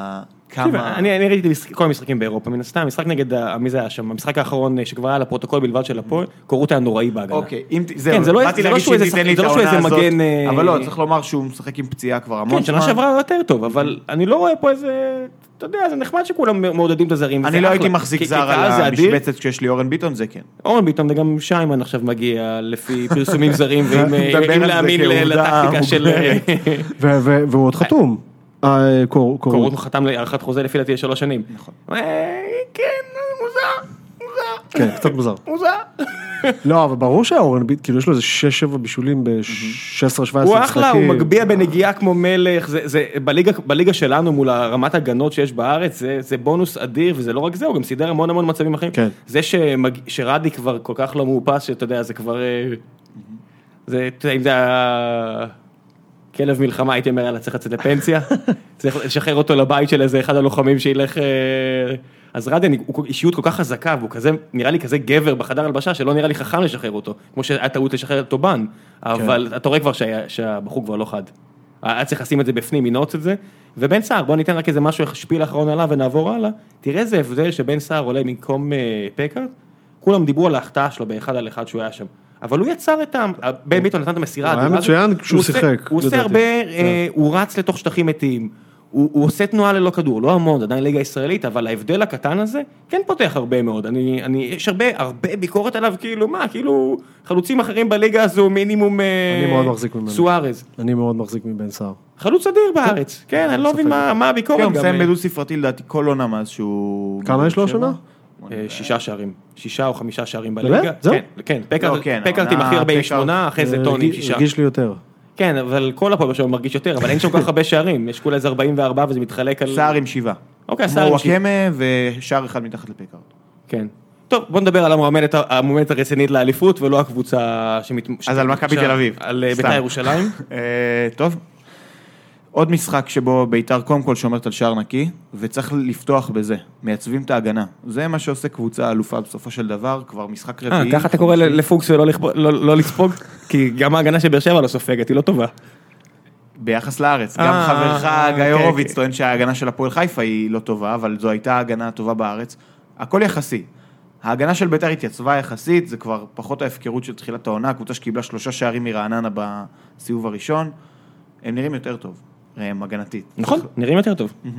Speaker 1: תקשיב,
Speaker 3: כמה...
Speaker 1: אני, אני ראיתי את המשחק- כל המשחקים באירופה, מן הסתם, משחק נגד, ה- מי זה היה שם, המשחק האחרון אה, שכבר היה לפרוטוקול בלבד של הפועל, קורות היה נוראי בהגנה.
Speaker 3: אוקיי, אם ת-
Speaker 1: כן, זה לא-
Speaker 3: באתי
Speaker 1: זה לא
Speaker 3: להגיד
Speaker 1: שהוא
Speaker 3: שאם
Speaker 1: איזה
Speaker 3: תיתן
Speaker 1: שחק-
Speaker 3: לי
Speaker 1: זה
Speaker 3: את
Speaker 1: לא שהוא
Speaker 3: העונה
Speaker 1: איזה
Speaker 3: הזאת,
Speaker 1: מגן, אה,
Speaker 3: אבל לא, צריך לומר שהוא משחק עם פציעה כבר המון
Speaker 1: כן,
Speaker 3: זמן.
Speaker 1: שנה שעברה הוא יותר טוב, אבל אני לא רואה פה איזה, אתה יודע, זה נחמד שכולם מעודדים את הזרים. וזה
Speaker 3: אני לא
Speaker 1: אחלה.
Speaker 3: הייתי מחזיק
Speaker 1: כי- כי
Speaker 3: זר
Speaker 1: קהל
Speaker 3: על
Speaker 1: זה אדיר.
Speaker 3: המשבצת כשיש לי אורן ביטון, זה כן.
Speaker 1: אורן ביטון וגם שיימן עכשיו מגיע לפי פרסומים זרים, ואם
Speaker 3: מדבר
Speaker 1: אה,
Speaker 3: על
Speaker 1: אם
Speaker 3: זה
Speaker 1: להאמין
Speaker 3: כעובדה
Speaker 1: ל- לטקטיקה של... אה,
Speaker 2: ו- ו- והוא עוד חתום. אה, קור- קורות.
Speaker 1: קורות חתם להארכת חוזה לפי דעתי לשלוש שנים. נכון. כן, מוזר, מוזר,
Speaker 2: כן, קצת מוזר.
Speaker 1: מוזר.
Speaker 2: לא, אבל ברור שהאורן ביט, כאילו יש לו איזה 6-7 בישולים ב-16-17 משחקים.
Speaker 1: הוא אחלה, הוא מגביה בנגיעה כמו מלך, זה, זה, בליגה, בליגה שלנו מול הרמת הגנות שיש בארץ, זה, זה בונוס אדיר, וזה לא רק זה, הוא גם סידר המון המון מצבים אחרים.
Speaker 2: כן.
Speaker 1: זה שמג, שרדי כבר כל כך לא מאופס, שאתה יודע, זה כבר... אה, זה, אתה יודע, אם זה היה כלב מלחמה, הייתי אומר, יאללה, צריך לצאת לפנסיה, צריך לשחרר אותו לבית של איזה אחד הלוחמים שילך... אה, אז רדן הוא כל- אישיות כל כך חזקה, והוא כזה, נראה לי כזה גבר בחדר הלבשה, שלא נראה לי חכם לשחרר אותו, כמו שהיה טעות לשחרר את טובן, אבל אתה רואה כבר שהיה- שהבחור כבר לא חד. היה צריך לשים את זה בפנים, לנעוץ את זה, ובן סער, בוא ניתן רק איזה משהו, שפיל אחרון עליו ונעבור הלאה, תראה איזה הבדל שבן סער עולה במקום אה, פקארט, כולם דיברו על ההחטאה שלו באחד על אחד שהוא היה שם. אבל הוא יצר את ה... בן ביטון נתן את המסירה.
Speaker 2: הוא היה
Speaker 1: האדירה הזאת.
Speaker 2: מצוין כשהוא
Speaker 1: הוא עושה-
Speaker 2: שיחק,
Speaker 1: הוא עושה
Speaker 2: לדעתי. כן.
Speaker 1: הרבה, אה, הוא רץ לתוך שטחים מתים, הוא הוא עושה תנועה ללא כדור, לא המון, עדיין ליגה ישראלית, אבל ההבדל הקטן הזה כן פותח הרבה מאוד. אני, אני- יש הרבה, הרבה ביקורת עליו, כאילו, מה, כאילו, חלוצים אחרים בליגה הזו מינימום... אה,
Speaker 2: אני מאוד מחזיק ממנו.
Speaker 1: סוארז.
Speaker 2: אני מאוד מחזיק מבן סער.
Speaker 1: חלוץ אדיר בארץ, כן, אני לא מבין מה מה הביקורת.
Speaker 3: כן, הוא
Speaker 1: גם,
Speaker 3: מסיים
Speaker 1: אה,
Speaker 3: בדו ספרתי לדעתי כל עונה מאז שהוא...
Speaker 2: כמה יש לו השנה?
Speaker 1: אה, שישה שערים, שישה או חמישה שערים
Speaker 2: באמת?
Speaker 1: בליגה.
Speaker 2: זהו?
Speaker 1: כן, כן, פקארט-
Speaker 3: לא, כן,
Speaker 1: פקארט עם
Speaker 3: העונה-
Speaker 1: הכי הרבה עם
Speaker 3: פקארט-
Speaker 1: שמונה, אחרי זה טוני עם
Speaker 2: הרגיש-
Speaker 1: שישה.
Speaker 2: אה, הרגיש לי יותר.
Speaker 1: כן, אבל כל הפועל באר שבע מרגיש יותר, אבל אין שם כל כך הרבה שערים, יש כולה איזה 44 וזה מתחלק על...
Speaker 3: סער עם שבעה.
Speaker 1: אוקיי, סער עם שבעה.
Speaker 3: כמו וואקמה ושער אחד מתחת לפקארד.
Speaker 1: כן. טוב, בוא נדבר על המועמדת המועמדת הרצינית לאליפות, ולא הקבוצה שמת...
Speaker 3: אז על מכבי
Speaker 1: שמתמשה-
Speaker 3: תל אביב.
Speaker 1: על אה,
Speaker 3: סתם.
Speaker 1: בית"ר ירושלים.
Speaker 3: אה, טוב. עוד משחק שבו ביתר קודם כל שומרת על שער נקי, וצריך לפתוח בזה. מייצבים את ההגנה. זה מה שעושה קבוצה אלופה בסופו של דבר, כבר משחק
Speaker 1: אה,
Speaker 3: רביעי.
Speaker 1: ככה אתה קורא ל- לפוקס ולא לכפ- לא- לא לספוג? כי גם ההגנה של באר שבע לא סופגת, היא לא טובה.
Speaker 3: ביחס לארץ.
Speaker 1: אה,
Speaker 3: גם חברך
Speaker 1: אה,
Speaker 3: גיא
Speaker 1: אוקיי,
Speaker 3: הורוביץ
Speaker 1: אוקיי.
Speaker 3: טוען שההגנה של הפועל חיפה היא לא טובה, אבל זו הייתה ההגנה הטובה בארץ. הכל יחסי. ההגנה של ביתר התייצבה יחסית, זה כבר פחות ההפקרות של תחילת העונה, קבוצה שקיבלה שלושה שערים מרעננה בסיבוב הראשון. הם נראים יותר טוב, הם הגנתית.
Speaker 1: נכון, נראים יותר טוב.
Speaker 3: כן.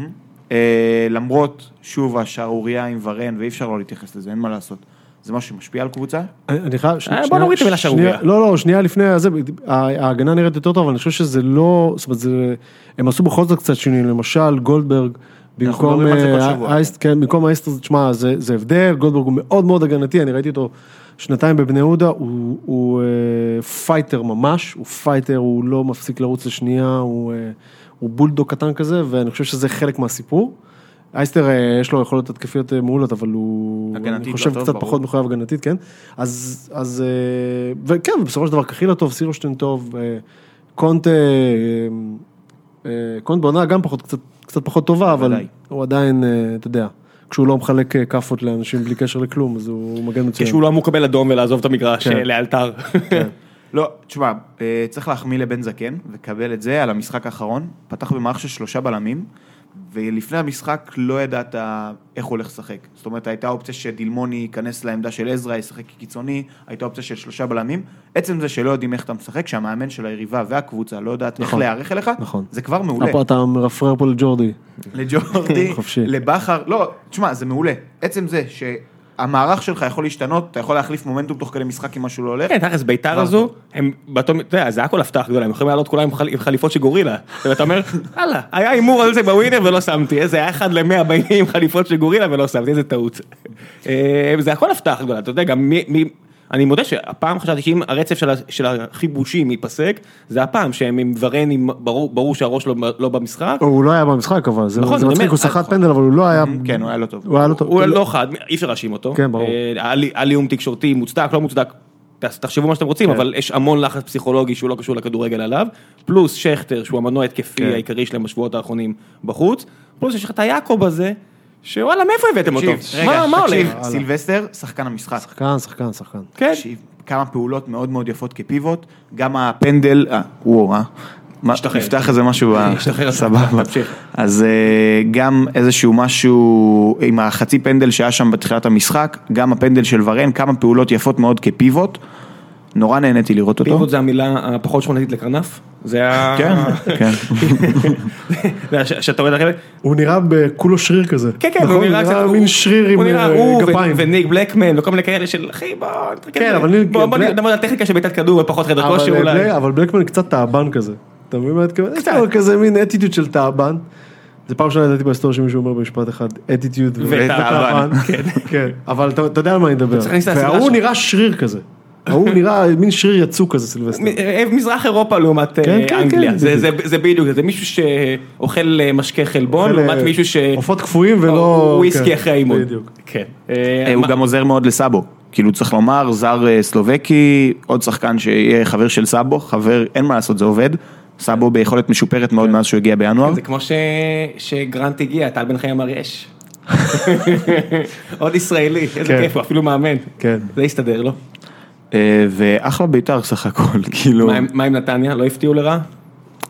Speaker 3: אה, למרות, שוב, השערורייה עם ורן, ואי אפשר לא להתייחס לזה, אין מה לעשות. זה משהו שמשפיע על קבוצה.
Speaker 2: אני- אני חייב...
Speaker 3: אה,
Speaker 2: שני-
Speaker 1: בוא
Speaker 2: שנייה-
Speaker 1: נוריד את המילה שערורייה.
Speaker 2: שנייה- לא, לא, שנייה לפני זה, ה- ההגנה נראית יותר טוב, אבל אני חושב שזה לא... זאת אומרת, זה- הם עשו בכל זאת קצת שינויים, למשל גולדברג. במקום
Speaker 3: מדברים על זה כל
Speaker 2: אה,
Speaker 3: שבוע.
Speaker 2: אייסט, כן, במקום אייסטר, תשמע, זה, זה הבדל, גולדברג הוא מאוד מאוד הגנתי, אני ראיתי אותו שנתיים בבני יהודה, הוא, הוא אה, פייטר ממש, הוא פייטר, הוא לא מפסיק לרוץ לשנייה, הוא, אה, הוא בולדוג קטן כזה, ואני חושב שזה חלק מהסיפור. אייסטר אה, יש לו יכולות התקפיות אה, מעולות, אבל הוא,
Speaker 3: הגנתית
Speaker 2: אני
Speaker 3: לא
Speaker 2: חושב,
Speaker 3: טוב,
Speaker 2: קצת
Speaker 3: ברור.
Speaker 2: פחות מחויב הגנתית, כן? אז, אז אה, וכן, בסופו של דבר קחילה טוב, סילושטיין טוב, אה, קונטה, אה, אה, קונט בעונה גם פחות, קצת, קצת פחות טובה, אבל
Speaker 3: בוודאי.
Speaker 2: הוא עדיין, אה, אתה יודע, כשהוא לא מחלק אה, כאפות לאנשים בלי קשר לכלום, אז הוא מגן מצוין.
Speaker 1: כשהוא לא אמור לקבל אדום ולעזוב את המגרש
Speaker 2: כן.
Speaker 1: אה, לאלתר.
Speaker 3: לא, תשמע, אה, צריך להחמיא לבן זקן, וקבל את זה על המשחק האחרון. פתח במערך של שלושה בלמים, ולפני המשחק לא ידעת איך הוא הולך לשחק. זאת אומרת, הייתה אופציה שדילמוני ייכנס לעמדה של עזרא, ישחק כקיצוני, הייתה אופציה של שלושה בלמים. עצם זה שלא יודעים איך אתה משחק, שהמאמן של היריבה והקבוצה לא יודעת איך
Speaker 2: נכון.
Speaker 3: להיערך אליך,
Speaker 2: נכון.
Speaker 3: זה כבר
Speaker 1: לא
Speaker 3: מעולה.
Speaker 2: הפ- אתה מרפרר פה לג'ורדי.
Speaker 1: נכון.
Speaker 3: לג'ורדי,
Speaker 2: חופשי.
Speaker 3: לבכר, לא, תשמע, זה מעולה. עצם זה שהמערך שלך יכול להשתנות, אתה יכול להחליף מומנטום תוך כדי משחק אם משהו לא הולך.
Speaker 1: כן, תכלס, ביתר הזו, הם, באותו, אתה יודע, זה הכל הפתעה גדולה, הם יכולים לעלות כולם עם חל- עם חליפות של גורילה. ואתה אומר, הלאה, היה הימור על זה בווינר ולא שמתי, איזה היה אחד למאה באים עם חליפות של גורילה ולא שמתי, איזה טעות. אה, זה הכל הפתעה גדולה, אתה יודע, גם מי... מי אני מודה שהפעם חשבתי שאם הרצף של, ה- של החיבושים ייפסק, זה הפעם שהם עם ורן, עם, ברור, ברור שהראש לא, לא במשחק,
Speaker 2: הוא לא היה במשחק אבל, זה
Speaker 1: נכון,
Speaker 2: זה
Speaker 1: אני
Speaker 2: מצחיק,
Speaker 1: אומר,
Speaker 2: הוא
Speaker 1: אז-
Speaker 2: סחט פנדל, אבל הוא לא היה...
Speaker 3: כן, הוא היה לא טוב.
Speaker 2: הוא היה לא טוב.
Speaker 1: הוא לא חד, אי אפשר להאשים אותו.
Speaker 2: כן, ברור.
Speaker 1: אה, עלי- עליהום תקשורתי מוצדק, לא מוצדק, ת- תחשבו מה שאתם
Speaker 2: כן.
Speaker 1: רוצים, אבל יש המון לחץ פסיכולוגי שהוא לא קשור לכדורגל עליו, פלוס שכטר, שהוא המנוע התקפי
Speaker 2: כן.
Speaker 1: העיקרי שלהם בשבועות האחרונים בחוץ, פלוס יש לך את היעקב הזה, שוואלה, מאיפה הבאתם אותו?
Speaker 3: תקשיב, רגע,
Speaker 1: מה- מה הולך?
Speaker 3: תקשיב, סילבסטר, שחקן המשחק.
Speaker 2: שחקן, שחקן, שחקן.
Speaker 1: כן,
Speaker 3: תקשיב, כמה פעולות מאוד מאוד יפות כפיבוט, גם הפנדל, אה, וואו, אה? מה,
Speaker 1: השתחרר.
Speaker 3: נפתח איזה משהו, ב-
Speaker 1: השתחרר.
Speaker 3: סבבה,
Speaker 1: תמשיך.
Speaker 3: אז אה, גם איזשהו משהו עם החצי פנדל שהיה שם בתחילת המשחק, גם הפנדל של ורן, כמה פעולות יפות מאוד כפיבוט, נורא נהניתי לראות אותו.
Speaker 1: פיבוט זה המילה הפחות שכונתית לקרנף, זה ה...
Speaker 3: כן, כן.
Speaker 1: זה הש- שאתה רואה את החלק,
Speaker 2: הוא נראה בכולו שריר כזה.
Speaker 1: כן, כן, הוא נראה קצת,
Speaker 2: נכון, מין שריר עם
Speaker 1: הוא נראה
Speaker 2: אה,
Speaker 1: הוא ו-
Speaker 2: גפיים.
Speaker 1: וניק בלקמן וכל מיני כאלה של אחי בוא נתרכז,
Speaker 2: כן, אבל ניק-
Speaker 1: בוא בוא
Speaker 2: בלק-
Speaker 1: נדבר על הטכניקה של בעיטת כדור ופחות חדר
Speaker 2: אבל,
Speaker 1: כושר
Speaker 2: אה,
Speaker 1: אולי.
Speaker 2: בלי- אבל בלקמן קצת תאבן כזה. אתה מבין מה את מתכוון? יש
Speaker 1: קצת.
Speaker 2: לו כזה מין אטיטוד של תאבן. זה פעם ראשונה לדעתי בהיסטוריה שמישהו אומר במשפט אחד, attitude
Speaker 3: ותאוון.
Speaker 2: כן. כן, אבל אתה אתה יודע על מה אני מדבר.
Speaker 1: צריך להכניס את הסדרה
Speaker 2: וההוא
Speaker 1: שלו.
Speaker 2: נראה שריר כזה. ההוא נראה מין שריר יצוק כזה סילבסטר.
Speaker 1: מ- אה, מזרח אירופה לעומת אה,
Speaker 2: כן, כן,
Speaker 1: אנגליה,
Speaker 2: כן,
Speaker 1: זה-
Speaker 2: בדיוק.
Speaker 1: זה- זה בדיוק, זה מישהו שאוכל אה, משקה חלבון,
Speaker 2: אלה-
Speaker 1: לעומת מישהו ש...
Speaker 2: עופות קפואים ולא... כן,
Speaker 1: וויסקי אחרי האימון.
Speaker 2: בדיוק.
Speaker 1: כן. אה,
Speaker 3: אה, הוא
Speaker 1: מה-
Speaker 3: גם עוזר מאוד לסאבו. כאילו צריך לומר, זר אה, סלובקי, עוד שחקן שיהיה חבר של סאבו, חבר, אין מה לעשות, זה עובד. סאבו ביכולת משופרת
Speaker 1: כן.
Speaker 3: מאוד מאז שהוא הגיע בינואר.
Speaker 1: זה כמו ש... שגרנט הגיע, טל בן חיים הרי אש. עוד ישראלי, איזה
Speaker 2: כן.
Speaker 1: כיף, הוא אפילו מאמן.
Speaker 2: כן.
Speaker 1: זה הסתדר לו.
Speaker 3: אה, ואחלה בית"ר סך הכל, כאילו,
Speaker 1: מה עם- מה עם נתניה? לא הפתיעו לרעה?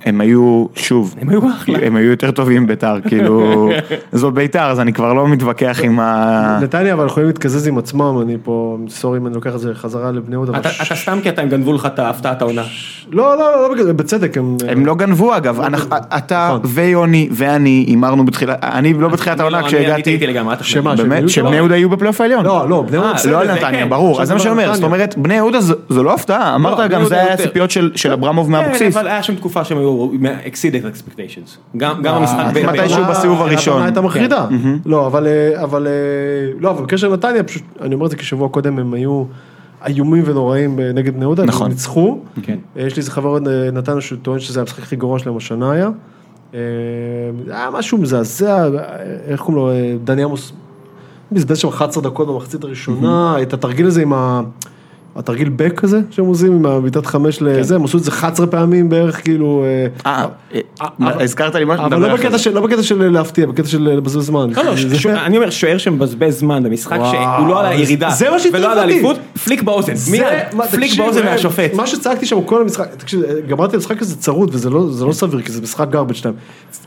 Speaker 3: הם היו, שוב,
Speaker 1: הם היו אחלה.
Speaker 3: הם היו יותר טובים מבית"ר, כאילו, זו בית"ר, אז אני כבר לא מתווכח עם ה...
Speaker 2: אה.
Speaker 1: לא,
Speaker 2: נתניה אבל יכולים להתקזז עם עצמם, אני פה, סורי אם אני לוקח את זה חזרה לבני יהודה. אבל
Speaker 1: אתה
Speaker 2: ש-
Speaker 1: אתה סתם כי אתה הם גנבו לך את ההפתעת העונה.
Speaker 2: לא, לא, לא, בגלל- בצדק הם...
Speaker 3: הם לא גנבו אגב, אנחנו- אתה
Speaker 2: נכון.
Speaker 3: ויוני ואני הימרנו בתחילה, אני לא בתחילת
Speaker 1: אני-
Speaker 3: העונה
Speaker 1: אה, אני- אני
Speaker 3: כשהגעתי,
Speaker 1: טעיתי לגמרי, אל תחשוב.
Speaker 2: שמה?
Speaker 3: באמת,
Speaker 2: שהם היו-
Speaker 3: שבני יהודה היו בפלייאוף העליון.
Speaker 2: לא, לא, בני יהודה
Speaker 1: אה,
Speaker 2: בסדר.
Speaker 3: לא
Speaker 1: זה
Speaker 3: על נתניה,
Speaker 1: כן.
Speaker 3: ברור,
Speaker 2: עכשיו
Speaker 3: אז זה מה
Speaker 2: זה
Speaker 3: שאני אומר,
Speaker 2: נתניה.
Speaker 3: זאת אומרת, בני יהודה זו- זו לא הפתעה,
Speaker 1: בני
Speaker 3: אמרת גם,
Speaker 1: יהודה
Speaker 3: זה היה
Speaker 1: יותר.
Speaker 3: הציפיות של- של אברמוב
Speaker 1: כן,
Speaker 3: מהבסיס.
Speaker 1: אבל היה שם תקופה שהם היו exceeded expectations. גם גם המשחק...
Speaker 3: אה,
Speaker 1: ב-
Speaker 3: מתישהו
Speaker 1: ב-
Speaker 2: העונה-
Speaker 3: בסיבוב הראשון. כן.
Speaker 2: העונה הייתה מחרידה. לא, אבל, אה, אבל, אה, לא, אבל בקשר לנתניה, פשוט, אני אומר את זה כי שבוע קודם הם היו איומים ונוראים אה, נגד בני יהודה,
Speaker 3: נכון.
Speaker 2: הם ניצחו.
Speaker 1: כן.
Speaker 2: אה, יש לי איזה חבר אה, נתניה שהוא טוען שזה המשחק הכי גרוע שלהם השנה היה. אה, זה היה משהו מזעזע, אה, איך קוראים לו, אה, דני עמוס בזבז שם 11 דקות במחצית הראשונה, את התרגיל הזה עם ה... התרגיל בק הזה שהם עושים עם הבעיטת חמש
Speaker 3: כן.
Speaker 2: לזה, הם עשו את זה 11 פעמים בערך, כאילו... אה,
Speaker 3: אה,
Speaker 2: אבל-
Speaker 3: הזכרת לי משהו,
Speaker 2: אבל
Speaker 3: נדבר
Speaker 2: לא
Speaker 3: אחרי
Speaker 2: בקטע,
Speaker 3: זה.
Speaker 2: של, לא בקטע של להפתיע, בקטע של לבזבז זמן.
Speaker 1: לא, לא, ש- ש- אני אומר שוער שמבזבז זמן במשחק
Speaker 2: וואו,
Speaker 1: שהוא לא על הירידה,
Speaker 2: זה מה שהטריף
Speaker 1: ולא על
Speaker 2: אותי.
Speaker 1: האליפות, פליק באוזן, מיד,
Speaker 2: מה,
Speaker 1: פליק
Speaker 2: תקשיב,
Speaker 1: באוזן
Speaker 2: אה,
Speaker 1: מהשופט.
Speaker 2: מה שצעקתי שם כל המשחק, תקשיב, אה, גמרתי משחק הזה צרוד וזה לא,
Speaker 1: כן.
Speaker 2: זה לא סביר כי זה משחק גרבג' שלהם.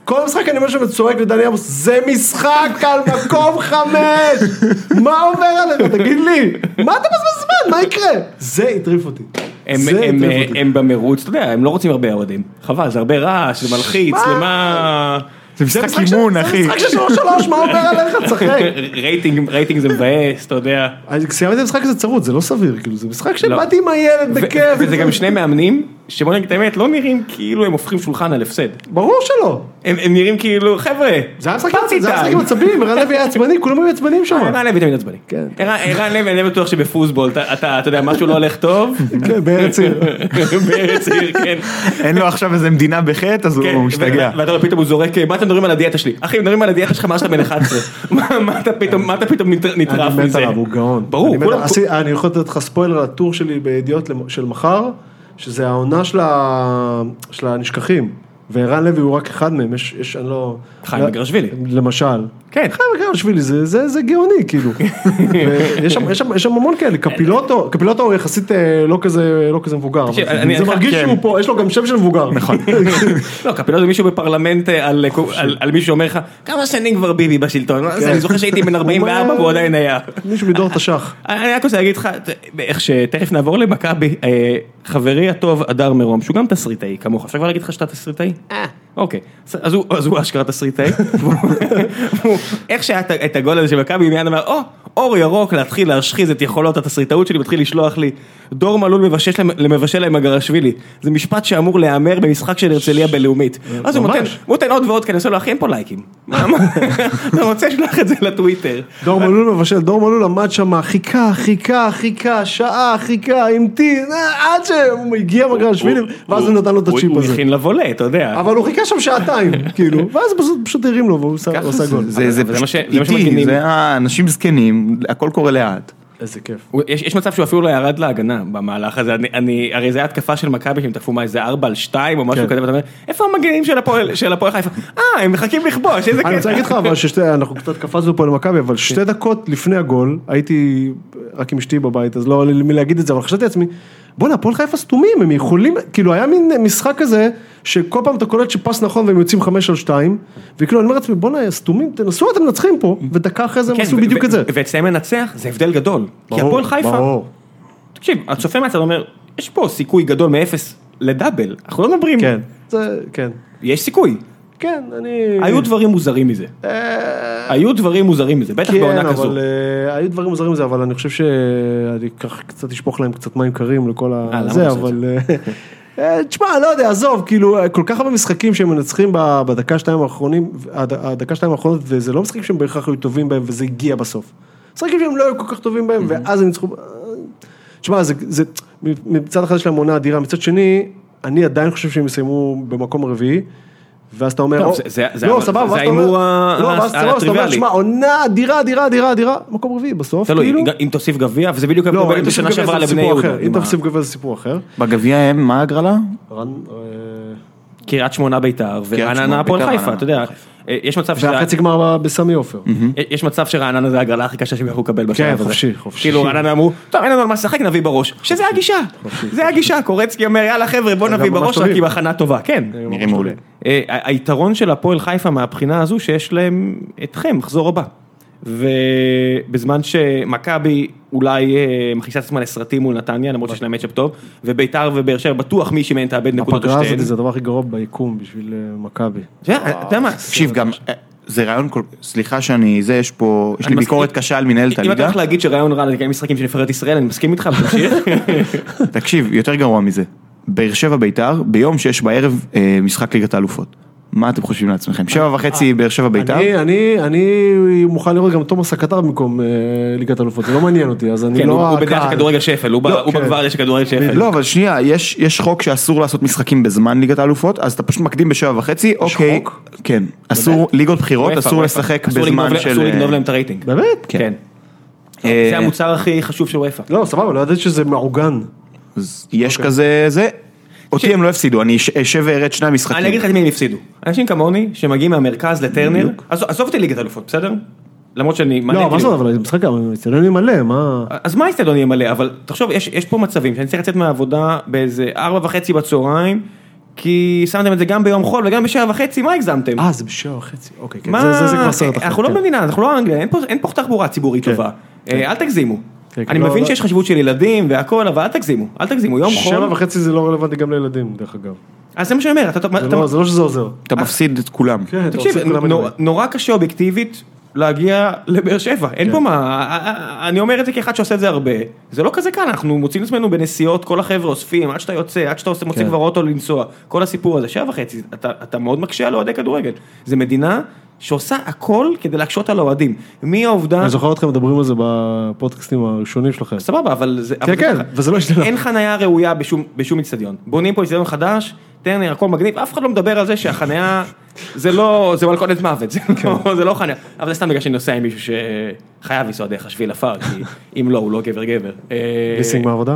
Speaker 2: כל המשחק אני אומר שם צועק לדני עמוס, זה משחק על מקום חמש! מה עובר עליך? תגיד לי, מה אתה מבזבז זמן? מה יקרה? זה הטריף אותי.
Speaker 1: הם,
Speaker 2: זה
Speaker 1: הם,
Speaker 2: הטריף
Speaker 1: הם,
Speaker 2: אותי.
Speaker 1: הם במרוץ, אתה יודע, הם לא רוצים הרבה אוהדים. חבל, זה הרבה רעש, זה מלחיץ,
Speaker 2: מה?
Speaker 1: למה...
Speaker 2: זה
Speaker 3: זה
Speaker 2: משחק
Speaker 3: משחק
Speaker 2: של-
Speaker 3: אימון, אחי.
Speaker 2: זה משחק של שלוש שלוש, מה עובר עליך? צחק.
Speaker 1: רייטינג, רייטינג זה מבאס, אתה יודע.
Speaker 2: אני סיימתי את המשחק הזה צרוד, זה לא סביר, כאילו, זה משחק
Speaker 1: לא.
Speaker 2: שבאתי עם הילד
Speaker 1: ו-
Speaker 2: בכיף.
Speaker 1: וזה גם שני מאמנים, שבוא נגיד את האמת, לא נראים כאילו הם הופכים שולחן על הפסד.
Speaker 2: ברור שלא.
Speaker 1: הם, הם נראים כאילו, חבר'ה,
Speaker 2: זה היה משחק
Speaker 1: פארטי
Speaker 2: עם- זה היה משחק עם
Speaker 1: טיים.
Speaker 2: עצבים, ערן לוי היה עצבני, כולם היו עצבנים שם.
Speaker 1: ערן לוי תמיד עצבני.
Speaker 2: כן.
Speaker 1: ערן ערן לוי, אני לא בטוח שבפוסבול, אתה, אתה, אתה יודע, משהו לא הולך טוב.
Speaker 2: כן, בארץ
Speaker 1: אה,
Speaker 2: עיר.
Speaker 1: בארץ עיר, כן.
Speaker 3: אין לו עכשיו איזה מדינה בחטא, אז
Speaker 1: כן,
Speaker 3: הוא משתגע.
Speaker 1: ו- ואתה רואה, פתאום הוא זורק, אה, מה אתם מדברים על הדיאטה שלי? אחי, מדברים על הדיאטה שלך מאז שאתה בן 11. מה- מה אתה פתאום, מה אתה פתאום נטר- נטרף
Speaker 2: אני מת
Speaker 1: מזה?
Speaker 2: עליו, הוא גאון.
Speaker 1: אה, ברור,
Speaker 2: אני מת
Speaker 1: כולם-
Speaker 2: עליו. עשי- אני יכול לתת לך ספוילר על הטור שלי בידיעות למ- של מחר, שזה העונה של ה- של הנשכחים. וערן לוי הוא רק אחד מהם, יש, יש, אני לא...
Speaker 1: חיים
Speaker 2: לא-
Speaker 1: מגרשווילי.
Speaker 2: למשל.
Speaker 1: כן.
Speaker 2: חיים מגרשווילי, זה, זה, זה גאוני, כאילו. ויש שם, יש, שם, יש שם המון כאלה, קפילוטו, קפילוטו הוא יחסית אה, לא כזה, לא כזה מבוגר, אבל
Speaker 1: תקשיב,
Speaker 2: זה-
Speaker 1: אני-
Speaker 2: זה
Speaker 1: אני-
Speaker 2: מרגיש
Speaker 1: כן.
Speaker 2: שהוא פה, יש לו גם שם של מבוגר. נכון.
Speaker 1: לא, קפילוט זה מישהו בפרלמנט אה, על על- על מישהו שאומר לך, כמה שנים כבר ביבי
Speaker 2: כן.
Speaker 1: בשלטון? אז אני זוכר שהייתי בן 44 והוא עדיין היה.
Speaker 2: מישהו מדור תש"ח.
Speaker 1: אני רק רוצה להגיד לך, ת- איך שתכף נעבור למכבי, אה, חברי הטוב הדר מרום, שהוא גם תסריטאי כמוך, אפשר כבר להגיד לך שאתה תסריטאי? אוקיי, אז- אז הוא- אז הוא אשכרה תסריטאי, והוא- והוא- איך שהיה את ה- את הגול הזה של מכבי, מיד אמר, או, אור ירוק להתחיל להשחיז את יכולות התסריטאות שלי, מתחיל לשלוח לי, דור מלול מבשש למ- למבשל להם הגרשווילי, זה משפט שאמור להיאמר במשחק של הרצליה בלאומית, אז הוא
Speaker 2: ממש.
Speaker 1: נותן- הוא נותן עוד ועוד כאלה, עושה לו אחי אין פה לייקים, מה, מה? אתה רוצה לשלוח את זה לטוויטר,
Speaker 2: דור מלול מבשל, דור מלול עמד שם, חיכה, חיכה, חיכה, שעה, חיכה, המתין, אה, עד שהוא הגיע מגרשווילי, ואז הוא נתן לו את
Speaker 1: הוא-
Speaker 2: הצ'יפ
Speaker 1: הוא
Speaker 2: הזה.
Speaker 1: הכין לבולה, אתה יודע.
Speaker 2: אבל הוא חיכה שם שעתיים, כאילו, ואז פשוט- פשוט הרים לו והוא עשה-
Speaker 3: ככה
Speaker 2: עשה גול.
Speaker 3: זה- זה
Speaker 1: אבל זה מה ש-
Speaker 3: פשוט
Speaker 1: זה מה שמגינים.
Speaker 3: איטי, זה האנשים זקנים, הכל קורה לאט.
Speaker 2: איזה כיף.
Speaker 1: הוא- יש, יש מצב שהוא אפילו לא ירד להגנה במהלך הזה, אני, אני הרי זה היה התקפה של מכבי שהם תקפו מה איזה 4 על 2 או משהו
Speaker 2: כן.
Speaker 1: כזה, ואתה אומר, איפה המגנים של הפועל, של הפועל חיפה? אה, הם מחכים לכבוש, איזה
Speaker 2: אני רוצה
Speaker 1: קטע.
Speaker 2: להגיד לך אבל שאנחנו קצת קפצנו פה למכבי,
Speaker 1: כן.
Speaker 2: אבל שתי דקות לפני הגול, הייתי רק עם אשתי בבית, אז לא היה לי למי להגיד את זה, אבל חשבתי לעצמי, בואנה, הפועל חיפה סתומים, הם יכולים, כאילו היה מין משחק כזה, שכל פעם אתה קולט שפס נכון והם יוצאים חמש על שתיים, וכאילו אני אומר לעצמי, בואנה, סתומים, תנסו, אתם מנצחים פה, ודקה אחרי זה הם
Speaker 1: כן,
Speaker 2: עשו
Speaker 1: ו-
Speaker 2: בדיוק
Speaker 1: ו-
Speaker 2: את זה.
Speaker 1: ו- ואצלם לנצח זה הבדל גדול. כי
Speaker 2: ברור,
Speaker 1: הפועל חיפה,
Speaker 2: ברור.
Speaker 1: תקשיב, הצופה מהצד אומר, יש פה סיכוי גדול מאפס לדאבל, אנחנו לא מדברים,
Speaker 2: כן, זה, כן.
Speaker 1: יש סיכוי.
Speaker 2: כן, אני...
Speaker 1: היו דברים מוזרים מזה. היו דברים מוזרים מזה, בטח
Speaker 2: כן,
Speaker 1: בעונה כזו.
Speaker 2: אבל אה, היו דברים מוזרים מזה, אבל אני חושב שאני ככה קצת אשפוך להם קצת מים קרים לכל
Speaker 1: למה
Speaker 2: ה...
Speaker 1: אתה
Speaker 2: זה,
Speaker 1: עושה את
Speaker 2: אבל... אה, אה, תשמע, לא יודע, עזוב, כאילו, אה, כל כך הרבה משחקים שהם מנצחים ב- בדקה שתיים האחרונים, הד- הדקה שתיים האחרונות, וזה לא משחקים שהם בהכרח היו טובים בהם, וזה הגיע בסוף. משחקים שהם לא היו כל כך טובים בהם,
Speaker 1: Mm-hmm.
Speaker 2: ואז הם ניצחו... ב- אה, תשמע, זה, זה, מצד אחד יש להם עונה אדירה, מצד שני, אני עדיין חושב שהם יסיימו במקום הרביעי, ואז אתה אומר,
Speaker 1: טוב,
Speaker 2: "או,
Speaker 1: זה- זה- זה
Speaker 2: לא,
Speaker 1: ה-
Speaker 2: סבבה,
Speaker 1: זה
Speaker 2: ואז אתה אומר-
Speaker 1: ההימור ה-
Speaker 2: לא, ואז סבבה, אז אתה אומר,
Speaker 1: הטריוויאלי.
Speaker 2: שמע, עונה אדירה, אדירה, אדירה, אדירה, מקום רביעי בסוף,
Speaker 1: תלוי,
Speaker 2: כאילו.
Speaker 1: אם תוסיף גביע, וזה בדיוק ההבדל
Speaker 2: לא, אם
Speaker 1: בין
Speaker 2: תוסיף
Speaker 1: בשנה שעברה
Speaker 2: גביע זה
Speaker 1: לבני
Speaker 2: סיפור
Speaker 1: יהודה.
Speaker 2: אחר, אם
Speaker 1: עם ה-
Speaker 2: תוסיף גביע זה סיפור אחר.
Speaker 3: בגביע הם, מה ההגרלה?
Speaker 2: רן, אה,
Speaker 1: קריית שמונה ביתר,
Speaker 3: שמונה,
Speaker 1: ורעננה הפועל
Speaker 3: ביתר,
Speaker 1: חיפה,
Speaker 3: רעננה,
Speaker 1: אתה יודע, אה, יש מצב שזה- אה,
Speaker 2: והחצי גמר בסמי עופר.
Speaker 1: יש מצב שרעננה זה ההגרלה הכי קשה שהם יכלו לקבל בשלב הזה.
Speaker 2: חופשי, חופשי.
Speaker 1: כאילו רעננה אמרו, טוב אין לנו על מה לשחק נביא בראש. שזה הגישה, זה הגישה, קורצקי אומר יאללה חבר'ה בוא
Speaker 2: הם
Speaker 1: נביא
Speaker 2: גם ממש
Speaker 1: בראש רק
Speaker 2: טובים.
Speaker 1: עם הכנה טובה, כן.
Speaker 3: נראה מעולה.
Speaker 1: אה, ה- היתרון של הפועל חיפה מהבחינה הזו שיש להם אתכם, מחזור הבא. ובזמן שמכבי אולי אה, מכניסה את עצמה לסרטים מול נתניה, למרות שיש להם מצ'אפ טוב, וביתר ובאר שבע בטוח מישהי מהן תאבד נקודות
Speaker 2: הפגרה
Speaker 1: לשתיהן.
Speaker 2: הזאת זה הדבר הכי גרוע ביקום בשביל אה, מכבי.
Speaker 1: אתה יודע, אתה יודע מה,
Speaker 3: תקשיב, גם, אה, זה רעיון, כל- סליחה שאני, זה, יש פה, יש לי
Speaker 1: אני מסכים.
Speaker 3: ביקורת קשה על מנהלת
Speaker 1: אם אתה
Speaker 3: הליגה.
Speaker 1: הולך להגיד שרעיון רע לקיים משחקים של נבחרת ישראל, אני מסכים איתך, אבל תמשיך.
Speaker 3: כן. תקשיב, יותר גרוע מזה. באר שבע ביתר, ביום שש בערב אה, משחק ליגת האלופות. מה אתם חושבים לעצמכם? שבע
Speaker 1: אה,
Speaker 3: וחצי באר שבע ביתר?
Speaker 2: אני- אני אני מוכן לראות גם תומאס הקטר במקום אה, ליגת אלופות, זה לא מעניין אותי, אז אני
Speaker 1: כן, הוא
Speaker 2: לא
Speaker 1: הוא בדעה של
Speaker 2: הקהל.
Speaker 1: כדורגל שפל, הוא ב-
Speaker 2: לא,
Speaker 1: הוא
Speaker 2: כן.
Speaker 1: בגוואריה של כדורגל שפל.
Speaker 3: לא, אבל שנייה, יש, יש חוק שאסור לעשות משחקים בזמן ליגת האלופות, אז אתה פשוט מקדים בשבע וחצי, אוקיי.
Speaker 2: חוק?
Speaker 3: כן. אסור, ליגות בחירות,
Speaker 1: וופא,
Speaker 3: אסור
Speaker 1: וופא.
Speaker 3: לשחק
Speaker 1: אסור לגנוב
Speaker 3: בזמן
Speaker 1: לה-
Speaker 3: של...
Speaker 1: אסור לגנוב להם את הרייטינג.
Speaker 2: באמת?
Speaker 1: כן.
Speaker 3: אה,
Speaker 1: זה המוצר הכי חשוב של וופא.
Speaker 2: לא, סבבה, לא ידעתי שזה מעוגן.
Speaker 3: אז יש
Speaker 1: אוקיי.
Speaker 3: כזה, זה. אותי הם לא הפסידו, אני אש- אשב ואראה את שני המשחקים.
Speaker 1: אני אגיד לך את מי הם הפסידו. אנשים כמוני שמגיעים מהמרכז לטרנר, עזוב עזוב אותי ליגת אלופות, בסדר? למרות שאני... מעניין
Speaker 2: לא, מה
Speaker 1: אותי.
Speaker 2: זאת אומרת, אבל משחק האצטדיון מלא, מה...
Speaker 1: אז מה האיצטדיון יהיה מלא? אבל תחשוב, יש, יש פה מצבים שאני צריך לצאת מהעבודה באיזה ארבע וחצי בצהריים, כי שמתם את זה גם ביום חול וגם בשבע וחצי, מה הגזמתם?
Speaker 2: אה, זה בשעה וחצי, אוקיי, כן,
Speaker 1: מה?
Speaker 2: זה- זה- זה כבר סרט אחר.
Speaker 1: אנחנו לא
Speaker 2: כן.
Speaker 1: במדינה, אנחנו לא אנגליה, אין פה, אין פה תחבורה ציבורית טובה. אה, אל תגזימו.
Speaker 2: כן, כן,
Speaker 1: אני
Speaker 2: לא,
Speaker 1: מבין
Speaker 2: לא.
Speaker 1: שיש חשיבות של ילדים והכל, אבל אל תגזימו, אל תגזימו, יום
Speaker 2: שבע
Speaker 1: חול.
Speaker 2: וחצי זה לא רלוונטי גם לילדים, דרך אגב.
Speaker 1: אז זה מה שאני אומר, אתה-
Speaker 2: זה
Speaker 1: אתה...
Speaker 2: לא- זה לא שזה עוזר.
Speaker 3: אתה מפסיד את כולם.
Speaker 2: כן, אתה
Speaker 1: תקשיב,
Speaker 2: רוצה כולם
Speaker 1: נורא-
Speaker 2: בגלל.
Speaker 1: נורא קשה אובייקטיבית להגיע לבאר שבע, אין
Speaker 2: כן.
Speaker 1: פה אה, מה, אני אומר את זה כאחד שעושה את זה הרבה, זה לא כזה קל, אנחנו מוצאים את עצמנו בנסיעות, כל החבר'ה אוספים, עד שאתה יוצא, עד שאתה עושה, מוציא
Speaker 2: כן.
Speaker 1: כבר אוטו לנסוע, כל הסיפור הזה, שעה וחצי, אתה אתה מאוד מקשה על אוהדי כדורגל, זה מדינה שעושה הכל כדי להקשות על האוהדים, מי העובדה,
Speaker 2: אני זוכר אתכם מדברים על זה בפודקאסטים הראשונים שלכם.
Speaker 1: סבבה, אבל זה, אבל
Speaker 2: כן,
Speaker 1: זה-
Speaker 2: וזה לא השתנה.
Speaker 1: אין חניה ראויה בשום- בשום איצטדיון, בונים פה איצטדיון חדש, טרנר הכל מגניב, אף אחד לא מדבר על זה שהחניה זה לא, זה מלכודת מוות, זה
Speaker 2: כן.
Speaker 1: לא- זה לא חניה, אבל זה סתם בגלל שאני נוסע עם מישהו שחייב לנסוע דרך השביל עפר, כי אם לא, הוא לא גבר גבר. אה,
Speaker 2: גיסינג מהעבודה?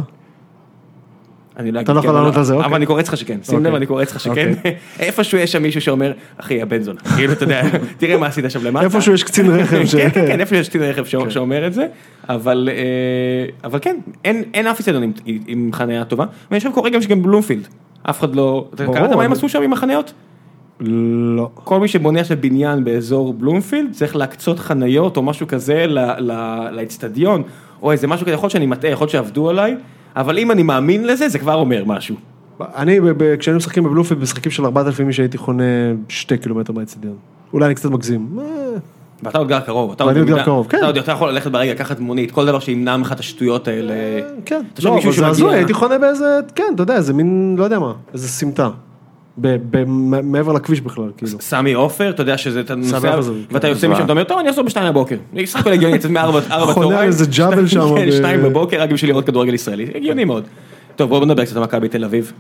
Speaker 1: אני לא
Speaker 2: אתה
Speaker 1: אגיד
Speaker 2: לא
Speaker 1: כן
Speaker 2: יכול
Speaker 1: או
Speaker 2: לענות על זה,
Speaker 1: אבל
Speaker 2: אוקיי.
Speaker 1: אני קורץ לך שכן, שים
Speaker 2: אוקיי.
Speaker 1: לב, אני קורץ לך שכן, איפשהו יש שם מישהו שאומר, אחי, הבן זונה, כאילו, אתה יודע, תראה מה עשית שם למטה.
Speaker 2: איפשהו יש קצין רכב ש-
Speaker 1: כן, כן, כן, איפשהו יש קצין רכב שאומר- שאומר את זה, אבל אה, אבל כן, אין- אין אף איצטדיון עם- עם חניה טובה, ואני חושב קורה גם שגם בלומפילד, אף אחד לא, אתה
Speaker 2: ברור,
Speaker 1: קראת מה הם
Speaker 2: אני-
Speaker 1: עשו שם עם החניות?
Speaker 2: לא.
Speaker 1: כל מי שבונה עכשיו בניין באזור בלומפילד צריך להקצות חניות או משהו כזה ל- ל- לאצטדיון, או איזה משהו כזה, יכול להיות שאני מטעה, יכול להיות שעבדו עליי, אבל אם אני מאמין לזה, זה כבר אומר משהו.
Speaker 2: אני, ב- ב- כשהיינו משחקים בבלומפילד, משחקים של 4,000 איש הייתי חונה שתי קילומטר מהאצטדיון. אולי אני קצת מגזים. אה,
Speaker 1: ואתה עוד גר קרוב, אתה
Speaker 2: ואני עוד גר
Speaker 1: יודע-
Speaker 2: קרוב, כן.
Speaker 1: אתה עוד אתה יכול ללכת ברגע, לקחת מונית, כל דבר שימנע ממך את השטויות האלה.
Speaker 2: כן.
Speaker 1: תחשוב
Speaker 2: לא,
Speaker 1: מישהו
Speaker 2: אבל זה
Speaker 1: שמגיע-
Speaker 2: הזוי, הייתי חונה באיזה, כן, אתה יודע, איזה מין, לא יודע מה, איזה סמטה. ב- ב- מ- מעבר לכביש בכלל, כאילו.
Speaker 1: סמי עופר, אתה יודע שזה, אתה נוסע,
Speaker 2: עופר זה-
Speaker 1: ואתה יוצא משם, אתה אומר, טוב, אני אעשה בשתיים בבוקר. סך הכל הגיוני, לצאת מארבע ארבע בצהריים.
Speaker 2: חונה על איזה
Speaker 1: שתיים-
Speaker 2: ג'אבל שם, אה,
Speaker 1: כן,
Speaker 2: ב-
Speaker 1: שתיים בבוקר, רק בשביל לראות כדורגל ישראלי. הגיוני מאוד. טוב, בואו נדבר קצת על מכבי תל אביב.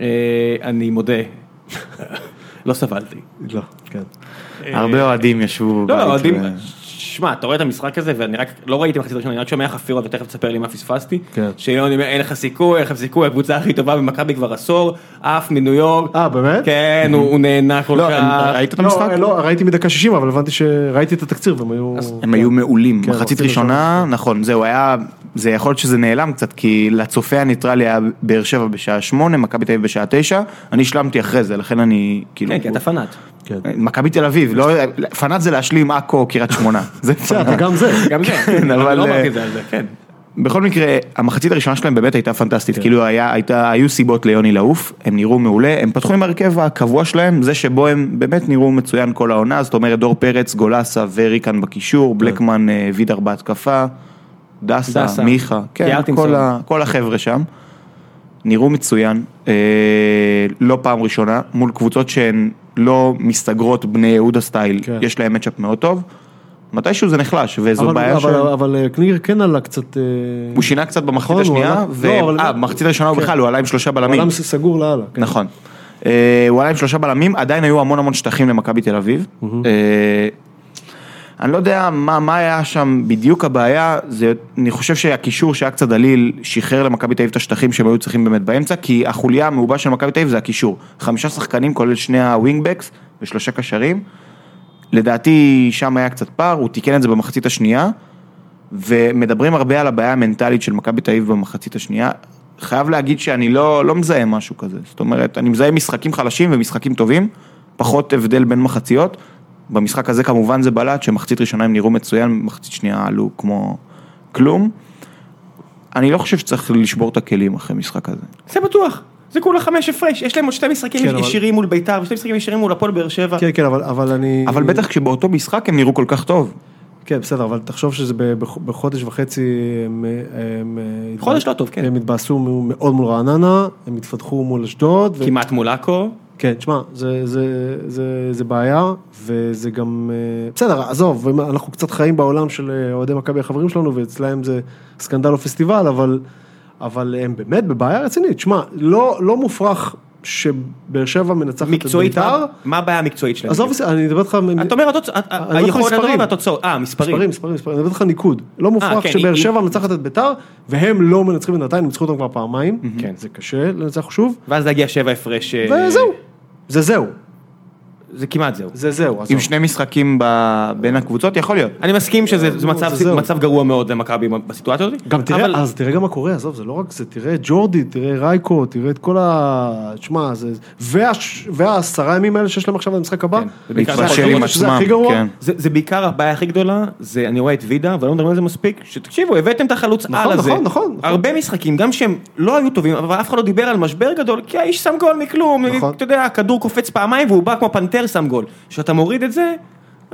Speaker 1: אה, אני מודה, לא סבלתי.
Speaker 2: לא, כן.
Speaker 3: הרבה אוהדים ישבו
Speaker 1: לא,
Speaker 3: בבית
Speaker 1: לא, אוהדים,
Speaker 3: ו-
Speaker 1: שמע, אתה רואה את המשחק הזה, ואני רק, לא ראיתי מחצית ראשונה, אני רק שומע חפירות, ותכף תספר לי מה פספסתי.
Speaker 2: כן.
Speaker 1: שיוני אומר, אין לך סיכוי, אין לך סיכוי, הקבוצה הכי טובה במכבי כבר עשור, עף מניו יורק.
Speaker 2: אה, באמת?
Speaker 1: כן, הוא הוא נהנה כל
Speaker 3: לא,
Speaker 1: כך.
Speaker 3: הם- ראית את המשחק?
Speaker 2: לא, לא, ראיתי מדקה 60, אבל הבנתי שראיתי את התקציר, והם היו...
Speaker 3: הם היו מעולים,
Speaker 2: כן,
Speaker 3: מחצית
Speaker 2: מחצית
Speaker 3: ראשונה, נכון, זהו היה, זה יכול להיות שזה נעלם קצת, כי לצופה הניטרלי היה באר שבע בשעה שמונה, מכבי תל אביב בשעה תשע, אני השלמתי אחרי זה, לכן אני, כאילו,
Speaker 1: כן, כי אתה פנאט.
Speaker 2: כן.
Speaker 3: מכבי תל אביב, לא, פנאט זה להשלים עכו או קריית שמונה, זה
Speaker 2: בסדר, אתה
Speaker 3: פנאט.
Speaker 2: גם זה.
Speaker 1: גם זה,
Speaker 3: כן,
Speaker 1: אבל
Speaker 3: אבל,
Speaker 1: לא
Speaker 3: אה,
Speaker 1: אמרתי את זה על זה, כן.
Speaker 3: בכל מקרה, המחצית הראשונה שלהם באמת הייתה פנטסטית,
Speaker 2: כן.
Speaker 3: כאילו היה, הייתה, היו סיבות ליוני לעוף, הם נראו מעולה, הם פתחו עם ההרכב הקבוע שלהם, זה שבו הם באמת נראו מצוין כל העונה, זאת אומרת דור פרץ, גולסה וריקן
Speaker 2: כן.
Speaker 3: בקישור, בלקמן אה, וידר בהתקפה, דסה,
Speaker 1: דסה,
Speaker 3: מיכה, כן,
Speaker 1: קיארטינסון.
Speaker 3: כל, ה, כל החבר'ה שם. נראו מצוין, אה, לא פעם ראשונה, מול קבוצות שהן לא מסתגרות בני יהודה סטייל,
Speaker 2: כן.
Speaker 3: יש להם מצ'אפ מאוד טוב, מתישהו זה נחלש, וזו
Speaker 2: אבל-
Speaker 3: בעיה ש...
Speaker 2: אבל- אבל אה, קלינגר כן עלה קצת... אה,
Speaker 3: הוא שינה קצת במחצית
Speaker 2: נכון, הוא
Speaker 3: השנייה,
Speaker 2: עלה-
Speaker 3: ו...
Speaker 2: לא, אבל-
Speaker 3: אה, במחצית הראשונה הוא
Speaker 2: כן.
Speaker 3: בכלל, הוא עלה עם שלושה
Speaker 2: הוא
Speaker 3: בלמים.
Speaker 2: עלה מס- סגור לאללה. כן.
Speaker 3: נכון. אה, הוא עלה עם שלושה בלמים, עדיין היו המון המון שטחים למכבי תל אביב. אה, אני לא יודע מה, מה היה שם בדיוק הבעיה, זה, אני חושב שהקישור שהיה קצת דליל שחרר למכבי תל אביב את השטחים שהם היו צריכים באמת באמצע, כי החוליה המעובה של מכבי תל אביב זה הקישור. חמישה שחקנים כולל שני הווינגבקס ושלושה קשרים. לדעתי שם היה קצת פער, הוא תיקן את זה במחצית השנייה, ומדברים הרבה על הבעיה המנטלית של מכבי תל אביב במחצית השנייה. חייב להגיד שאני לא, לא מזהה משהו כזה, זאת אומרת, אני מזהה משחקים חלשים ומשחקים טובים, פחות הבדל בין מחציות. במשחק הזה כמובן זה בלט שמחצית ראשונה הם נראו מצוין, מחצית שנייה עלו כמו כלום. אני לא חושב שצריך לשבור את הכלים אחרי משחק כזה.
Speaker 1: זה בטוח, זה כולה חמש הפרש, יש להם עוד שתי משחקים
Speaker 2: כן, אבל-
Speaker 1: ישירים מול ביתר ושתי משחקים ישירים מול הפועל באר שבע.
Speaker 2: כן, כן, אבל- אבל אני...
Speaker 3: אבל בטח כשבאותו משחק הם נראו כל כך טוב.
Speaker 2: כן, בסדר, אבל תחשוב שזה ב- בח- בחודש וחצי הם... הם, אה,
Speaker 1: חודש
Speaker 2: התבאס-
Speaker 1: לא טוב, כן.
Speaker 2: הם התבאסו מ- מאוד מול רעננה, הם התפתחו מול אשדוד. ו-
Speaker 1: כמעט מול עכו.
Speaker 2: כן, תשמע, זה, זה, זה, זה בעיה, וזה גם... אה, בסדר, עזוב, הם- אנחנו קצת חיים בעולם של אה, אוהדי מכבי החברים שלנו, ואצלהם זה סקנדל או פסטיבל, אבל, אבל הם באמת בבעיה רצינית. תשמע, לא, לא מופרך שבאר שבע מנצחת את בית"ר.
Speaker 1: מקצועית, מה- מה הבעיה המקצועית שלהם?
Speaker 2: עזוב, אני מדבר איתך...
Speaker 1: אתה אומר התוצ- ה- ה-
Speaker 2: אומר לך
Speaker 1: היכולת
Speaker 2: מספרים.
Speaker 1: והתוצאות, אה מספרים.
Speaker 2: מספרים, מספרים, מספרים, אני נותן לך ניקוד. לא
Speaker 1: אה,
Speaker 2: מופרך
Speaker 1: כן,
Speaker 2: שבאר
Speaker 1: היא-
Speaker 2: שבע מנצחת את ביתר, והם לא מנצחים את נתניה, ניצחו אותם כבר פעמיים.
Speaker 1: כן.
Speaker 2: זה קשה לנצח שוב,
Speaker 1: ואז להגיע שבע הפרש. אה,
Speaker 2: וזהו. זה זהו.
Speaker 1: זה כמעט זהו.
Speaker 2: זה זהו.
Speaker 3: עם
Speaker 2: עזוב.
Speaker 3: שני משחקים ב... בין הקבוצות, יכול להיות.
Speaker 1: אני מסכים שזה זה
Speaker 2: נו,
Speaker 1: מצב,
Speaker 2: זה אה, זהו.
Speaker 1: מצב גרוע מאוד למכבי בסיטואציה הזאת.
Speaker 2: גם תראה,
Speaker 1: אבל-
Speaker 2: אבל... אז תראה גם מה קורה, עזוב, זה לא רק זה, תראה את ג'ורדי, תראה רייקו, תראה את כל ה... תשמע, זה... והש... והעשרה ימים האלה שיש להם עכשיו למשחק הבא,
Speaker 1: כן, זה בעיקר
Speaker 2: אתה יכול
Speaker 1: להתבשל
Speaker 2: לראות
Speaker 1: עם
Speaker 2: שזה
Speaker 3: עצמם,
Speaker 2: הכי גרוע.
Speaker 3: כן.
Speaker 1: זה, זה בעיקר הבעיה הכי גדולה, זה אני רואה את וידה, אבל לא מדברים על זה מספיק, שתקשיבו, הבאתם את החלוץ
Speaker 2: נכון,
Speaker 1: על הזה.
Speaker 2: נכון, נכון, נכון.
Speaker 1: הרבה משחקים, גם שהם לא היו טובים, אבל אף אחד לא דיבר על משבר גדול, כי האיש שם גול מכלום,
Speaker 2: נכון.
Speaker 1: אתה יודע, הכדור קופץ פעמיים והוא בא כמו פנתר שם גול. כשאתה מוריד את זה,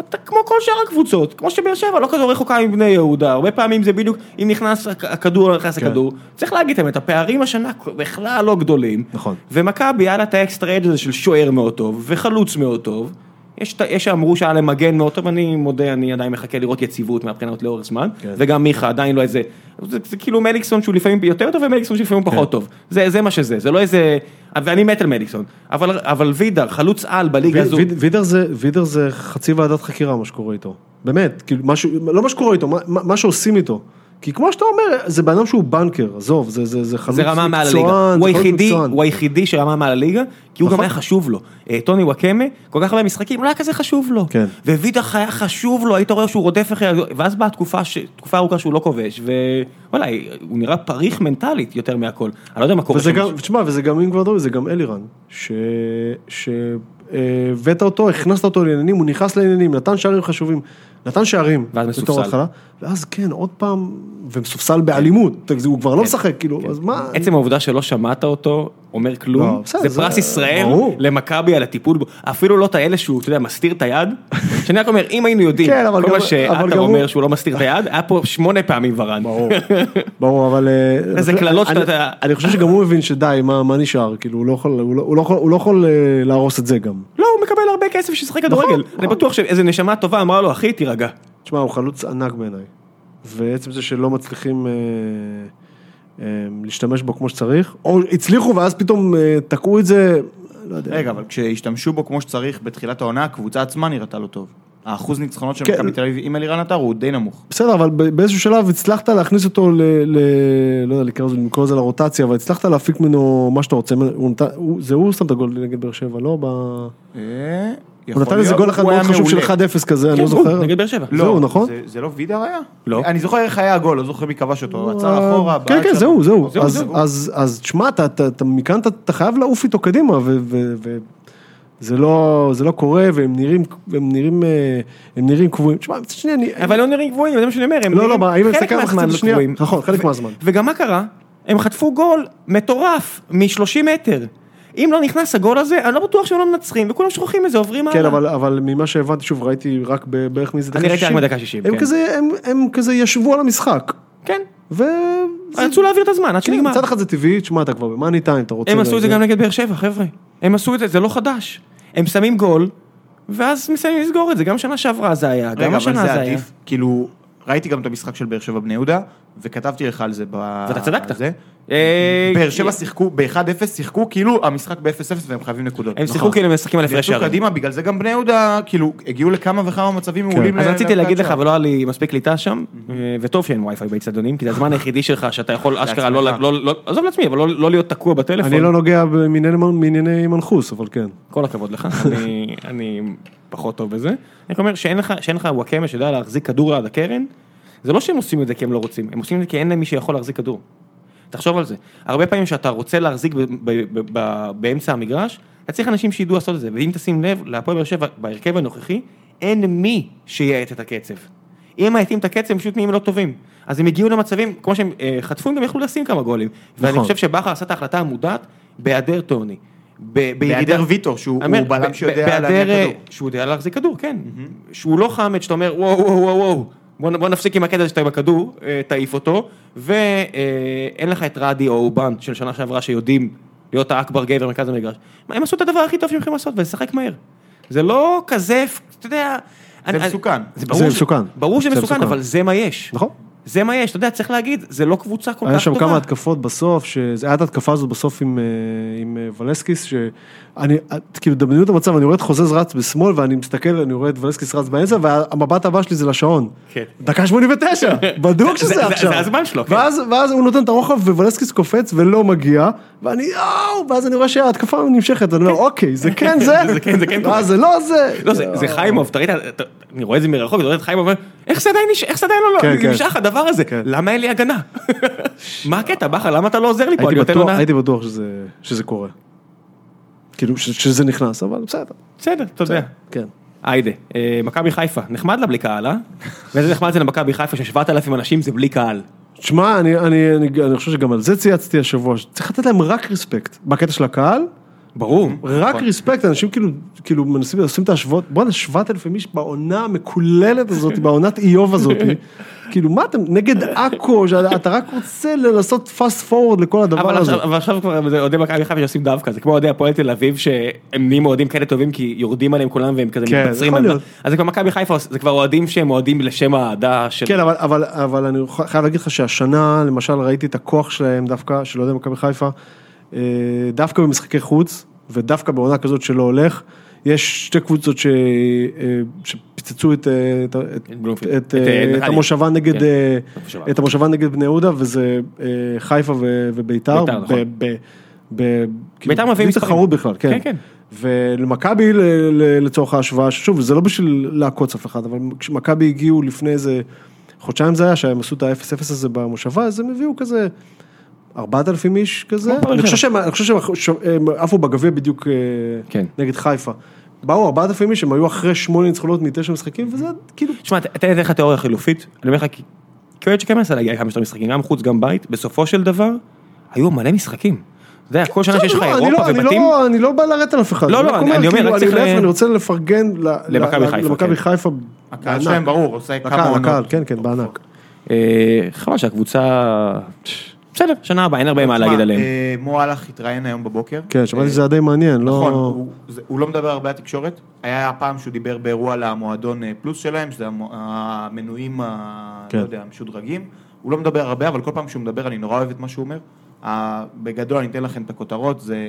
Speaker 1: אתה כמו כל שאר הקבוצות, כמו שבאר שבע, לא כזו רחוקה מבני יהודה, הרבה פעמים זה בדיוק, אם נכנס הכ- הכדור, לא
Speaker 2: כן.
Speaker 1: נכנס הכדור. צריך להגיד את האמת, הפערים השנה בכלל לא גדולים.
Speaker 2: נכון.
Speaker 1: ומכבי היה לה את האקסטרה אדג' הזה של שוער מאוד טוב, וחלוץ מאוד טוב. יש את- יש שאמרו שהיה להם מגן מאוד טוב, אני מודה, אני עדיין מחכה לראות יציבות מהבחינות לאורך זמן,
Speaker 2: כן.
Speaker 1: וגם מיכה עדיין לא איזה, זה, זה כאילו מליקסון שהוא לפעמים יותר טוב ומליקסון שלפעמים
Speaker 2: כן.
Speaker 1: פחות טוב, זה, זה מה שזה, זה לא איזה, ואני מת על מליקסון, אבל, אבל וידר, חלוץ על בליגה
Speaker 2: ויד-
Speaker 1: הזו,
Speaker 2: ויד- וידר זה- וידר זה חצי ועדת חקירה מה שקורה איתו, באמת, כאילו, משהו, לא מה שקורה איתו, מה- מה מה שעושים איתו. כי כמו שאתה אומר, זה בן אדם שהוא בנקר, עזוב, זה- זה זה חלוץ
Speaker 1: זה רמה מעל הליגה,
Speaker 2: מקצוען,
Speaker 1: הוא
Speaker 2: זה חלוץ
Speaker 1: היחידי,
Speaker 2: מקצוען.
Speaker 1: הוא היחידי שרמה מעל הליגה, כי הוא גם
Speaker 2: נכון.
Speaker 1: היה חשוב לו. אה, טוני וואקמה, כל כך הרבה משחקים, לא היה כזה חשוב לו.
Speaker 2: כן.
Speaker 1: ווידך היה חשוב לו, היית רואה שהוא רודף אחרי, ואז באה תקופה, ש- תקופה ארוכה שהוא לא כובש, ווואלה, הוא נראה פריך מנטלית יותר מהכל. אני לא יודע מה קורה
Speaker 2: וזה
Speaker 1: שם.
Speaker 2: גם, תשמע, וזה גם אם כבר דובי, זה גם אלירן, שהבאת אותו, הכנסת אותו לעניינים, הוא נכנס לעניינים, נתן שערים חשובים, נתן שערים,
Speaker 1: ואז
Speaker 2: בתור
Speaker 1: מסופסל.
Speaker 2: התחלה, ואז כן, עוד פעם, ומסופסל באלימות,
Speaker 1: כן.
Speaker 2: אתה- הוא כבר לא משחק, כאילו, אז מה,
Speaker 1: עצם העובדה שלא שמעת אותו אומר
Speaker 2: לא,
Speaker 1: כלום,
Speaker 2: בסדר,
Speaker 1: זה
Speaker 2: זה-
Speaker 1: פרס ישראל
Speaker 2: ברור.
Speaker 1: למכבי על הטיפול בו, אפילו לא את האלה שהוא, אתה יודע, מסתיר את היד, שאני רק אומר, אם היינו יודעים,
Speaker 2: כן, אבל
Speaker 1: כל
Speaker 2: גם-
Speaker 1: מה
Speaker 2: אבל
Speaker 1: שעטר
Speaker 2: גם הוא-
Speaker 1: אומר שהוא לא מסתיר את היד, היה פה שמונה פעמים ורן.
Speaker 2: ברור, ברור, אבל... אה, אני חושב-
Speaker 1: קללות שאתה-
Speaker 2: אני-
Speaker 1: אתה-
Speaker 2: אני חושב שגם הוא מבין שדי, מה מה נשאר, כאילו, הוא לא יכול- הוא לא- הוא לא יכול- הוא לא יכול אה, להרוס את זה גם.
Speaker 1: לא, הוא מקבל הרבה כסף ששחק
Speaker 2: נכון.
Speaker 1: כדורגל. אני בטוח שאיזה נשמה טובה אמרה לו, אחי, תירגע.
Speaker 2: תשמע, הוא חלוץ ענק בעיניי. ועצם זה שלא מצליחים אה, אה, להשתמש בו כמו שצריך, או הצליחו ואז פתאום אה, תקעו את זה, לא יודע.
Speaker 3: רגע, אבל כשהשתמשו בו כמו שצריך בתחילת העונה, הקבוצה עצמה נראתה לא טוב. האחוז ניצחונות של
Speaker 2: כן.
Speaker 3: מכבי תל אביב עם אלירן עטר הוא די נמוך.
Speaker 2: בסדר, אבל ב- באיזשהו שלב הצלחת להכניס אותו ל... ל לא יודע, לקרוא לזה- לקרוא לזה לרוטציה, אבל הצלחת להפיק ממנו מה שאתה רוצה. הוא נתן- הוא- זה הוא שם את הגול נגד באר שבע, לא? ב...
Speaker 3: אה,
Speaker 2: הוא נתן איזה גול אחד מאוד חשוב של 1-0 כזה, אני לא זוכר.
Speaker 1: כן, נגד באר שבע.
Speaker 2: לא, זהו, נכון?
Speaker 3: זה- זה לא וידר היה?
Speaker 1: לא.
Speaker 3: אני זוכר איך היה הגול, לא זוכר מי כבש אותו,
Speaker 2: הוא
Speaker 3: עצר
Speaker 2: ה-
Speaker 3: אחורה.
Speaker 2: כן,
Speaker 3: בעט
Speaker 2: כן,
Speaker 3: שם.
Speaker 2: זהו, זהו.
Speaker 3: זהו,
Speaker 2: אז-
Speaker 3: זהו.
Speaker 2: אז- אז תשמע, אתה- אתה אתה- מכאן אתה- אתה חייב לעוף איתו קדימה, ו- ו- ו- זה לא זה לא קורה, והם נראים- והם נרים, הם נראים קבועים. תשמע, מצד שני, אני...
Speaker 1: אבל לא נראים גבוהים, זה מה שאני אומר. הם
Speaker 2: לא,
Speaker 1: נראים-
Speaker 2: לא, מה, אם אני
Speaker 1: חלק
Speaker 2: מסתכל על
Speaker 1: מהזמן
Speaker 2: המחצית
Speaker 1: לא
Speaker 2: השנייה,
Speaker 1: גבוהים.
Speaker 2: נכון, חלק מהזמן.
Speaker 1: וגם מה קרה? הם חטפו גול מטורף מ-30 מטר. אם לא נכנס הגול הזה, אני לא בטוח שהם לא מנצחים, וכולם שוכחים מזה, עוברים
Speaker 2: כן,
Speaker 1: הלאה.
Speaker 2: אבל, אבל ממה שהבנתי, שוב, ראיתי רק ב- בערך מאיזה
Speaker 1: אני ראיתי רק בדקה 60,
Speaker 2: הם
Speaker 1: כן.
Speaker 2: כזה, הם, הם כזה ישבו על המשחק.
Speaker 1: כן,
Speaker 2: ו...
Speaker 1: רצו להעביר את הזמן עד
Speaker 2: כן,
Speaker 1: שנגמר.
Speaker 2: מצד אחד זה טבעי, תשמע, אתה כבר במאני טיים, אתה רוצה...
Speaker 1: הם עשו את זה גם נגד באר שבע, חבר'ה. הם עשו את זה, זה לא חדש. הם שמים גול, ואז מסיימים לסגור את זה. גם שנה שעברה זה היה, גם
Speaker 3: רגע, אבל
Speaker 1: השנה
Speaker 3: זה
Speaker 1: זה היה.
Speaker 3: עדיף. כאילו, ראיתי גם את המשחק של באר שבע בני יהודה, וכתבתי לך על זה ב...
Speaker 1: ואתה צדקת.
Speaker 3: זה.
Speaker 1: אה,
Speaker 3: באר שבע שיחקו, ב-1-0 שיחקו כאילו המשחק ב-0-0 והם חייבים נקודות.
Speaker 1: הם שיחקו כאילו הם משחקים על הפרש
Speaker 3: יצאו
Speaker 1: שערים.
Speaker 3: קדימה, בגלל זה גם בני יהודה, כאילו, הגיעו לכמה וכמה מצבים מעולים.
Speaker 1: כן. אז
Speaker 3: ל-
Speaker 1: רציתי להגיד לך,
Speaker 3: להבקעת
Speaker 1: אבל לא היה לי מספיק קליטה שם, אה, וטוב שאין וי-פיי באצטדיונים, כי זה הזמן היחידי שלך שאתה יכול אשכרה לא,
Speaker 3: לעצמך.
Speaker 1: לא- לא- עזוב לעצמי, אבל לא לא להיות תקוע בטלפון.
Speaker 2: אני לא נוגע בענייני מענייני מנחוס, אבל כן.
Speaker 1: כל הכבוד לך, אני- אני פחות טוב בזה. אני רק אומר שאין לך, שאין לך וואקמה שיודע להחזיק כדור עד הקרן, זה לא שהם עושים את זה כי הם לא רוצים, הם עושים את זה כי אין להם מי שיכול להחזיק כדור. תחשוב על זה, הרבה פעמים שאתה רוצה להחזיק ב- ב- ב- ב- באמצע המגרש, אתה צריך אנשים שידעו לעשות את זה, ואם תשים לב, להפועל באר שבע בהרכב הנוכחי, אין מי שיעט את הקצב. אם מאטים את הקצב, הם פשוט נהיים לא טובים. אז הם הגיעו למצבים, כמו שהם אה, חטפו, הם גם יכלו לשים כמה גולים. ואני
Speaker 2: נכון.
Speaker 1: חושב שבכר עשה את ההחלטה המודעת בהיעדר טוני. ב-
Speaker 3: בהיעדר ויטור, שהוא
Speaker 1: אומר,
Speaker 3: הוא בלם
Speaker 1: ב-
Speaker 3: שיודע
Speaker 1: ב- בהיעדר,
Speaker 3: להניע
Speaker 1: אה,
Speaker 3: כדור.
Speaker 1: שהוא יודע להחזיק כדור, כן. שהוא לא חמד, שאתה אומר, וואו, וואו, וואו, וואו, בוא, נ- בוא נפסיק עם הקטע הזה שאתה עם הכדור, אה, תעיף אותו, ואין לך את רדי או אובן של שנה שעברה שיודעים להיות האכבר גבר במרכז המגרש. מה, הם עשו את הדבר הכי טוב שהם יכולים לעשות, ולשחק מהר. זה לא כזה, אתה יודע... אני- אני-
Speaker 3: מסוכן.
Speaker 1: זה ברור
Speaker 2: זה
Speaker 1: ש-
Speaker 2: מסוכן.
Speaker 1: ברור שזה
Speaker 2: זה
Speaker 1: מסוכן,
Speaker 2: מסוכן.
Speaker 1: אבל זה מה יש.
Speaker 2: נכון.
Speaker 1: זה מה יש, אתה יודע, צריך להגיד, זה לא קבוצה כל כך טובה.
Speaker 2: היה שם כמה התקפות בסוף, שזה היה את ההתקפה הזאת בסוף עם, אה, עם אה, ולסקיס, שאני, את- כאילו, דמיינו את המצב, אני רואה את חוזז רץ בשמאל, ואני מסתכל, אני רואה את ולסקיס רץ באמצע, והמבט הבא שלי זה לשעון.
Speaker 1: כן.
Speaker 2: דקה 89, בדוק
Speaker 1: זה- זה-
Speaker 2: שזה עכשיו.
Speaker 1: זה הזמן שלו, כן.
Speaker 2: ואז, ואז הוא נותן את הרוחב, ווולסקיס קופץ ולא מגיע, ואני, יואו, ואז אני רואה שההתקפה נמשכת, אני אומר, אוקיי, זה כן זה,
Speaker 1: זה כן, זה כן קורה.
Speaker 2: ואז זה לא זה.
Speaker 1: לא, זה, זה חיימוב, אתה ראית, אתה- אני רואה את זה מרחוק, אתה רואה את חיימוב, אומר, איך זה עדיין, נש- איך זה עדיין לא,
Speaker 2: כן,
Speaker 1: לא,
Speaker 2: כן.
Speaker 1: נמשך הדבר הזה,
Speaker 2: כן.
Speaker 1: למה אין לי הגנה? מה הקטע, בכר, למה אתה לא עוזר לי פה,
Speaker 2: הייתי
Speaker 1: אני נותן
Speaker 2: בטוח-
Speaker 1: עונה,
Speaker 2: הייתי בטוח שזה- שזה קורה. כאילו, ש- שזה נכנס, אבל בסדר,
Speaker 1: בסדר, אתה יודע.
Speaker 2: כן.
Speaker 1: היידה, אה, מכבי חיפה, נחמד לה בלי קהל, אה? ואיזה נחמד זה למכבי חיפה ששבעת אלפים אנשים זה בלי קהל.
Speaker 2: תשמע, אני, אני, אני, אני חושב שגם על זה צייצתי השבוע, שצריך לתת להם רק ריספקט. בקטע של הקהל,
Speaker 1: ברור.
Speaker 2: רק
Speaker 1: נכון.
Speaker 2: ריספקט, אנשים כאילו, כאילו מנסים, עושים את ההשוואות, בואנה, 7,000 איש בעונה המקוללת הזאת, בעונת איוב הזאת, כאילו, מה אתם, נגד עכו, שאתה רק רוצה ל- לעשות פאסט פורוורד לכל
Speaker 1: אבל
Speaker 2: הדבר הזה.
Speaker 1: עכשיו, אבל עכשיו כבר זה אוהדי מכבי חיפה שעושים דווקא, זה כמו אוהדי הפועל תל אביב שהם נהיים אוהדים כאלה טובים כי יורדים עליהם כולם והם כזה
Speaker 2: כן,
Speaker 1: מתבצרים.
Speaker 2: יכול
Speaker 1: על-
Speaker 2: להיות.
Speaker 1: אז זה כבר מכבי חיפה, זה כבר אוהדים שהם אוהדים לשם האהדה של...
Speaker 2: כן, אבל, אבל, אבל אני ח- חייב להגיד לך שהשנה, למשל, ראיתי את הכוח שלהם דווקא, של אוהדי מכבי חיפה, אה, דווקא במשחקי חוץ, ודווקא בעונה כזאת שלא הולך, יש שתי קבוצות ש, אה, שפצצו את, אה, את, את,
Speaker 1: בלומפילד.
Speaker 2: את,
Speaker 1: את, אה,
Speaker 2: אה, את
Speaker 1: נתניה.
Speaker 2: המושבה נגד,
Speaker 1: כן,
Speaker 2: אה,
Speaker 1: המושבה.
Speaker 2: את המושבה נגד בני יהודה, וזה אה, חיפה ו, וביתר.
Speaker 1: ביתר, נכון.
Speaker 2: ב, ב, ב, כאילו,
Speaker 1: ביתר מביאים
Speaker 2: בלי
Speaker 1: מספרים.
Speaker 2: תחרות בכלל, כן.
Speaker 1: כן, כן.
Speaker 2: ולמכבי ל- ל- לצורך ההשוואה, שוב, זה לא בשביל לעקוץ אף אחד, אבל כשמכבי הגיעו לפני איזה חודשיים זה היה, שהם עשו את ה-0-0 הזה במושבה, אז הם הביאו כזה 4,000 איש כזה.
Speaker 1: כמו הפועל
Speaker 2: אני חושב
Speaker 1: באר
Speaker 2: שהם- אני חושב שהם ש- הם עפו בגביע בדיוק אה,
Speaker 1: כן.
Speaker 2: נגד חיפה. באו 4,000 איש, הם היו אחרי שמונה ניצחונות מתשע משחקים, וזה כאילו...
Speaker 1: תשמע, ת- תן לי לך תיאוריה חילופית, אני אומר לך, כי- כאוהד שכן מנסה להגיע לכמה שיותר משחקים, גם חוץ, גם בית, בסופו של דבר, היו מלא משחקים. אתה יודע, כל שנה שיש לך
Speaker 2: לא, אני
Speaker 1: אירופה
Speaker 2: לא- אני
Speaker 1: ובתים,
Speaker 2: לא- אני לא בא לרדת על אף אחד.
Speaker 1: לא,
Speaker 2: אני
Speaker 1: לא,
Speaker 2: רק
Speaker 1: אני- אני אומר,
Speaker 2: כאילו,
Speaker 1: רק צריך
Speaker 2: להפך,
Speaker 1: ל-
Speaker 2: אני רוצה לפרגן ל-
Speaker 1: למכבי
Speaker 2: ל-
Speaker 1: חיפה, כן.
Speaker 2: למכבי חיפה.
Speaker 3: הקהל
Speaker 2: בענק.
Speaker 3: שלהם ברור, עושה
Speaker 2: לקהל,
Speaker 3: כמה עונות.
Speaker 2: לקהל, כן, כן, בענק.
Speaker 1: אה, חבל שהקבוצה, בסדר, שנה הבאה אין הרבה מה
Speaker 3: תשמע,
Speaker 1: להגיד עליהם.
Speaker 3: אה, מו הלך התראיין היום בבוקר. אה,
Speaker 2: כן, שמעתי שזה היה די מעניין, לא...
Speaker 3: נכון, הוא- זה- הוא לא מדבר הרבה על תקשורת. היה הפעם שהוא דיבר באירוע למועדון אה, פלוס שלהם, שזה המו- המנויים, ה-
Speaker 2: כן.
Speaker 3: לא יודע, המשודרגים. הוא לא מדבר הרבה, אבל כל פעם שהוא מדבר אני נורא אוהב את מה שהוא אומר. ה- בגדול, אני אתן לכם את הכותרות, זה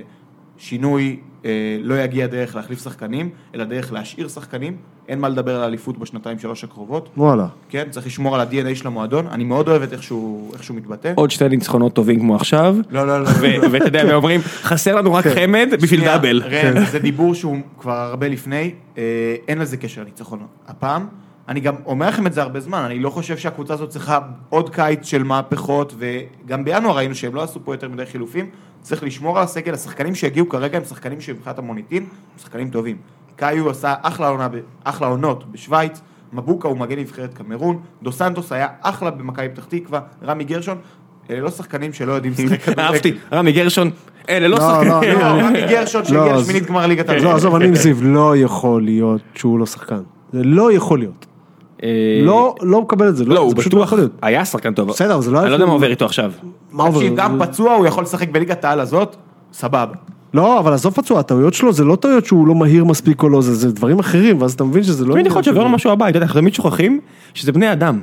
Speaker 3: שינוי אה, לא יגיע דרך להחליף שחקנים, אלא דרך להשאיר שחקנים. אין מה לדבר על אליפות בשנתיים שלוש הקרובות.
Speaker 2: וואלה.
Speaker 3: כן, צריך לשמור על ה-DNA של המועדון. אני מאוד אוהב את איך שהוא איך שהוא מתבטא.
Speaker 1: עוד שתי ניצחונות טובים כמו עכשיו,
Speaker 3: לא, לא, לא.
Speaker 1: ו- ואתה יודע, הם אומרים, חסר לנו
Speaker 2: כן.
Speaker 1: רק חמד בשביל
Speaker 3: שנייה,
Speaker 1: דאבל. כן.
Speaker 3: ראם, זה דיבור שהוא כבר הרבה לפני, אה, אין לזה קשר לניצחון הפעם. אני גם אומר לכם את זה הרבה זמן, אני לא חושב שהקבוצה הזאת צריכה עוד קיץ של מהפכות, וגם בינואר ראינו שהם לא עשו פה יותר מדי חילופים. צריך לשמור על הסגל, השחקנים שהגיעו כרגע הם שחקנים שמבחינת המוניטין, הם שחקנים טובים. קאיו עשה אחלה, עונה, ב- אחלה עונות בשוויץ, מבוקה הוא מגן נבחרת קמרון, דו סנטוס היה אחלה במכבי פתח תקווה, רמי גרשון, אלה לא שחקנים שלא יודעים לשחק כדורגל.
Speaker 1: אהבתי, רמי גרשון, אלה לא
Speaker 2: לא, לא,
Speaker 1: שחקנים.
Speaker 2: אני-
Speaker 3: לא, רמי גרשון
Speaker 2: לא,
Speaker 3: שהגיע
Speaker 2: אז-
Speaker 3: לשמינית גמר ליגת העל.
Speaker 2: לא, עזוב, אני עם זיו, לא יכול להיות שהוא לא שחקן. זה לא יכול להיות.
Speaker 1: אה,
Speaker 2: לא, לא מקבל את זה,
Speaker 1: לא,
Speaker 2: לא,
Speaker 1: הוא
Speaker 2: זה פשוט לא
Speaker 1: בטוח,
Speaker 2: יכול להיות.
Speaker 1: היה שחקן טוב.
Speaker 2: בסדר, אבל זה לא
Speaker 1: אני
Speaker 2: היה
Speaker 1: לא יודע מה
Speaker 2: שהוא-
Speaker 1: עובר איתו עכשיו.
Speaker 2: מה עובר?
Speaker 3: תקשיב, גם פצוע הוא יכול לשחק בליגת העל הזאת, סבבה.
Speaker 2: לא, אבל עזוב פצוע, הטעויות שלו זה לא טעויות שהוא לא מהיר מספיק או לא, זה- זה דברים אחרים, ואז אתה מבין שזה לא...
Speaker 1: תמיד יכול
Speaker 2: עניין
Speaker 1: להיות שעובר לו
Speaker 2: של-
Speaker 1: משהו הבית, אתה יודע, אנחנו תמיד שוכחים שזה בני אדם.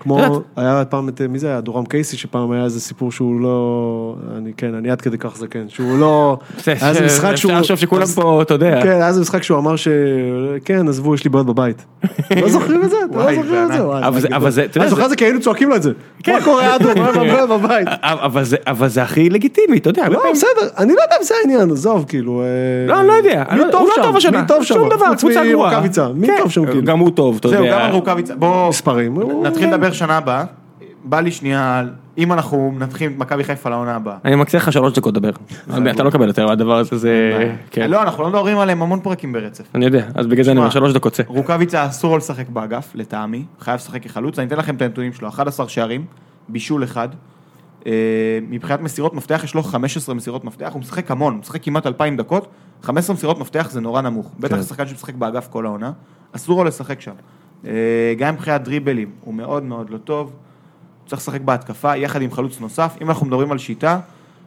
Speaker 2: כמו,
Speaker 1: את יודעת-
Speaker 2: היה פעם את, מי זה היה? דורם קייסי, שפעם היה איזה סיפור שהוא לא... אני כן, אני עד כדי כך זקן, שהוא לא... היה איזה משחק שהוא...
Speaker 1: אפשר לחשוב שכולם
Speaker 2: אז-
Speaker 1: פה, אתה יודע.
Speaker 2: כן, היה איזה משחק שהוא אמר ש... כן, עזבו, יש לי בעיות בבית. לא זוכרים את זה? אתה לא
Speaker 3: וואי,
Speaker 2: זוכר את
Speaker 3: זה
Speaker 2: זה?
Speaker 3: ענק.
Speaker 2: וואי,
Speaker 1: אבל זה-
Speaker 2: גדול.
Speaker 1: אבל זה- אתה יודע,
Speaker 2: אני
Speaker 1: זה-
Speaker 2: זוכר
Speaker 1: כן.
Speaker 2: את זה כי היינו צועקים לו את זה. מה קורה אדו? מה הבעיה בבית?
Speaker 1: אבל אבל זה- אבל זה הכי לגיטימי, אתה יודע. הרבה
Speaker 2: לא,
Speaker 1: פעמים-
Speaker 2: בסדר, אני לא יודע אם זה העניין, עזוב, כאילו... אה,
Speaker 1: כן. לא, אני לא יודע. אני
Speaker 2: מי
Speaker 1: לא יודע, הוא לא
Speaker 2: שם?
Speaker 1: טוב השנה.
Speaker 2: מי טוב שם?
Speaker 1: שום דבר,
Speaker 2: חוץ
Speaker 1: קבוצה גרועה.
Speaker 2: מרוקאביצה, מי
Speaker 1: כן,
Speaker 2: טוב שם, כאילו?
Speaker 1: גם הוא טוב, אתה
Speaker 3: זהו, גם
Speaker 1: יודע.
Speaker 3: על רוקאביצה. בואו,
Speaker 2: מספרים, הוא-
Speaker 3: נתחיל לדבר שנה הבאה. בא לי שנייה, על- אם אנחנו מנתחים את מכבי חיפה לעונה הבאה.
Speaker 1: אני מקצה לך שלוש דקות לדבר. אתה לא מקבל יותר, הדבר הזה זה... כן.
Speaker 3: לא, אנחנו לא מדברים עליהם המון פרקים ברצף.
Speaker 1: אני יודע, אז בגלל זה אני אומר
Speaker 3: שמע,
Speaker 1: שלוש דקות צא.
Speaker 3: רוקאביצה אסור לו לשחק באגף, לטעמי, חייב לשחק כחלוץ, אני אתן לכם את הנתונים שלו, 11 שערים, בישול אחד, אה, מבחינת מסירות מפתח יש לו 15 מסירות מפתח, הוא משחק המון, הוא משחק כמעט 2,000 דקות, 15 מסירות מפתח זה נורא נמוך, בטח שחקן שמשחק באגף כל העונה, אסור לו לשחק שם. אה, גם מבחינת דריבלים, הוא מאוד מאוד לא טוב, צריך לשחק בהתקפה יחד עם חלוץ נוסף, אם אנחנו מדברים על שיטה,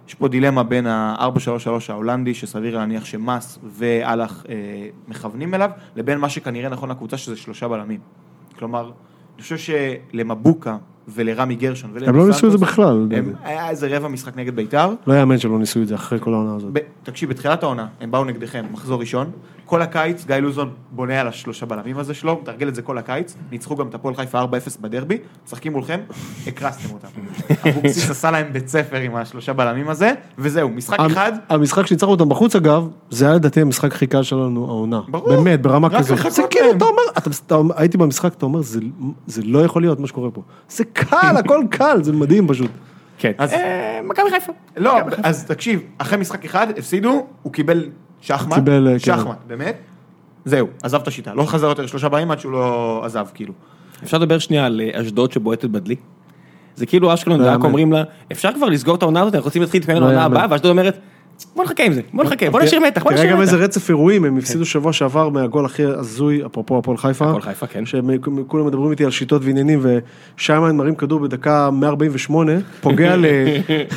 Speaker 3: יש פה דילמה בין ה-433 ההולנדי, שסביר להניח שמאס ואלאך אה, מכוונים אליו, לבין מה שכנראה נכון לקבוצה, שזה שלושה בלמים. כלומר, אני חושב שלמבוקה ולרמי גרשון
Speaker 2: הם לא ניסו את זה בכלל, לדעתי.
Speaker 3: הם, היה איזה רבע משחק נגד ביתר.
Speaker 2: לא יאמן שלא ניסו את זה אחרי כל העונה הזאת.
Speaker 3: ב, תקשיב, בתחילת העונה, הם באו נגדכם, מחזור ראשון. כל הקיץ, גיא לוזון בונה על השלושה בלמים הזה שלו, מתרגל את זה כל הקיץ. ניצחו גם את הפועל חיפה 4-0 בדרבי, משחקים מולכם, הקרסתם אותם. אבוקסיס עשה להם בית ספר עם השלושה בלמים הזה, וזהו, משחק
Speaker 2: המ-
Speaker 3: אחד.
Speaker 2: המשחק שניצחנו אותם בחוץ אגב, זה היה לדעתי המשחק הכי קל שלנו העונה.
Speaker 3: ברור.
Speaker 2: באמת, ברמה
Speaker 3: רק לא
Speaker 2: כזאת.
Speaker 3: לחכות
Speaker 2: זה כאילו,
Speaker 3: להם.
Speaker 2: אתה אומר, אתה- אתה- הייתי במשחק, אתה אומר, "זה- זה לא יכול להיות מה שקורה פה. זה קל, הכל קל, זה מדהים פשוט.
Speaker 1: כן.
Speaker 3: אז-
Speaker 1: אה, מכבי חיפה.
Speaker 3: לא, אז תקשיב, אחרי משחק אחד, הפסידו, הוא קיבל שחמט,
Speaker 2: קיבל, אה, כן.
Speaker 3: שחמט, באמת. זהו, עזב את השיטה, לא חזר יותר שלושה בלמים עד שהוא לא עזב, כאילו.
Speaker 1: אפשר לדבר שנייה על אה, אשדוד שבועטת בדלי? זה כאילו אשקלון ורק
Speaker 2: יאמן.
Speaker 1: אומרים לה, אפשר כבר לסגור את העונה הזאת, אנחנו רוצים להתחיל להתכונן
Speaker 2: לא
Speaker 1: לעונה
Speaker 2: יאמן.
Speaker 1: הבאה, ואשדוד אומרת, בוא נחכה עם זה, בוא נחכה, בוא נשאיר מתח, בוא
Speaker 2: תראה
Speaker 1: נשאיר
Speaker 2: גם
Speaker 1: מתח. כן.
Speaker 2: איזה רצף אירועים, הם הפסידו שבוע שעבר מהגול הכי הזוי, אפרופו הפועל חיפה.
Speaker 1: הפועל חיפה, כן.
Speaker 2: שכולם מדברים איתי על שיטות ועניינים, ושיימן מרים כדור בדקה 148, פוגע ל...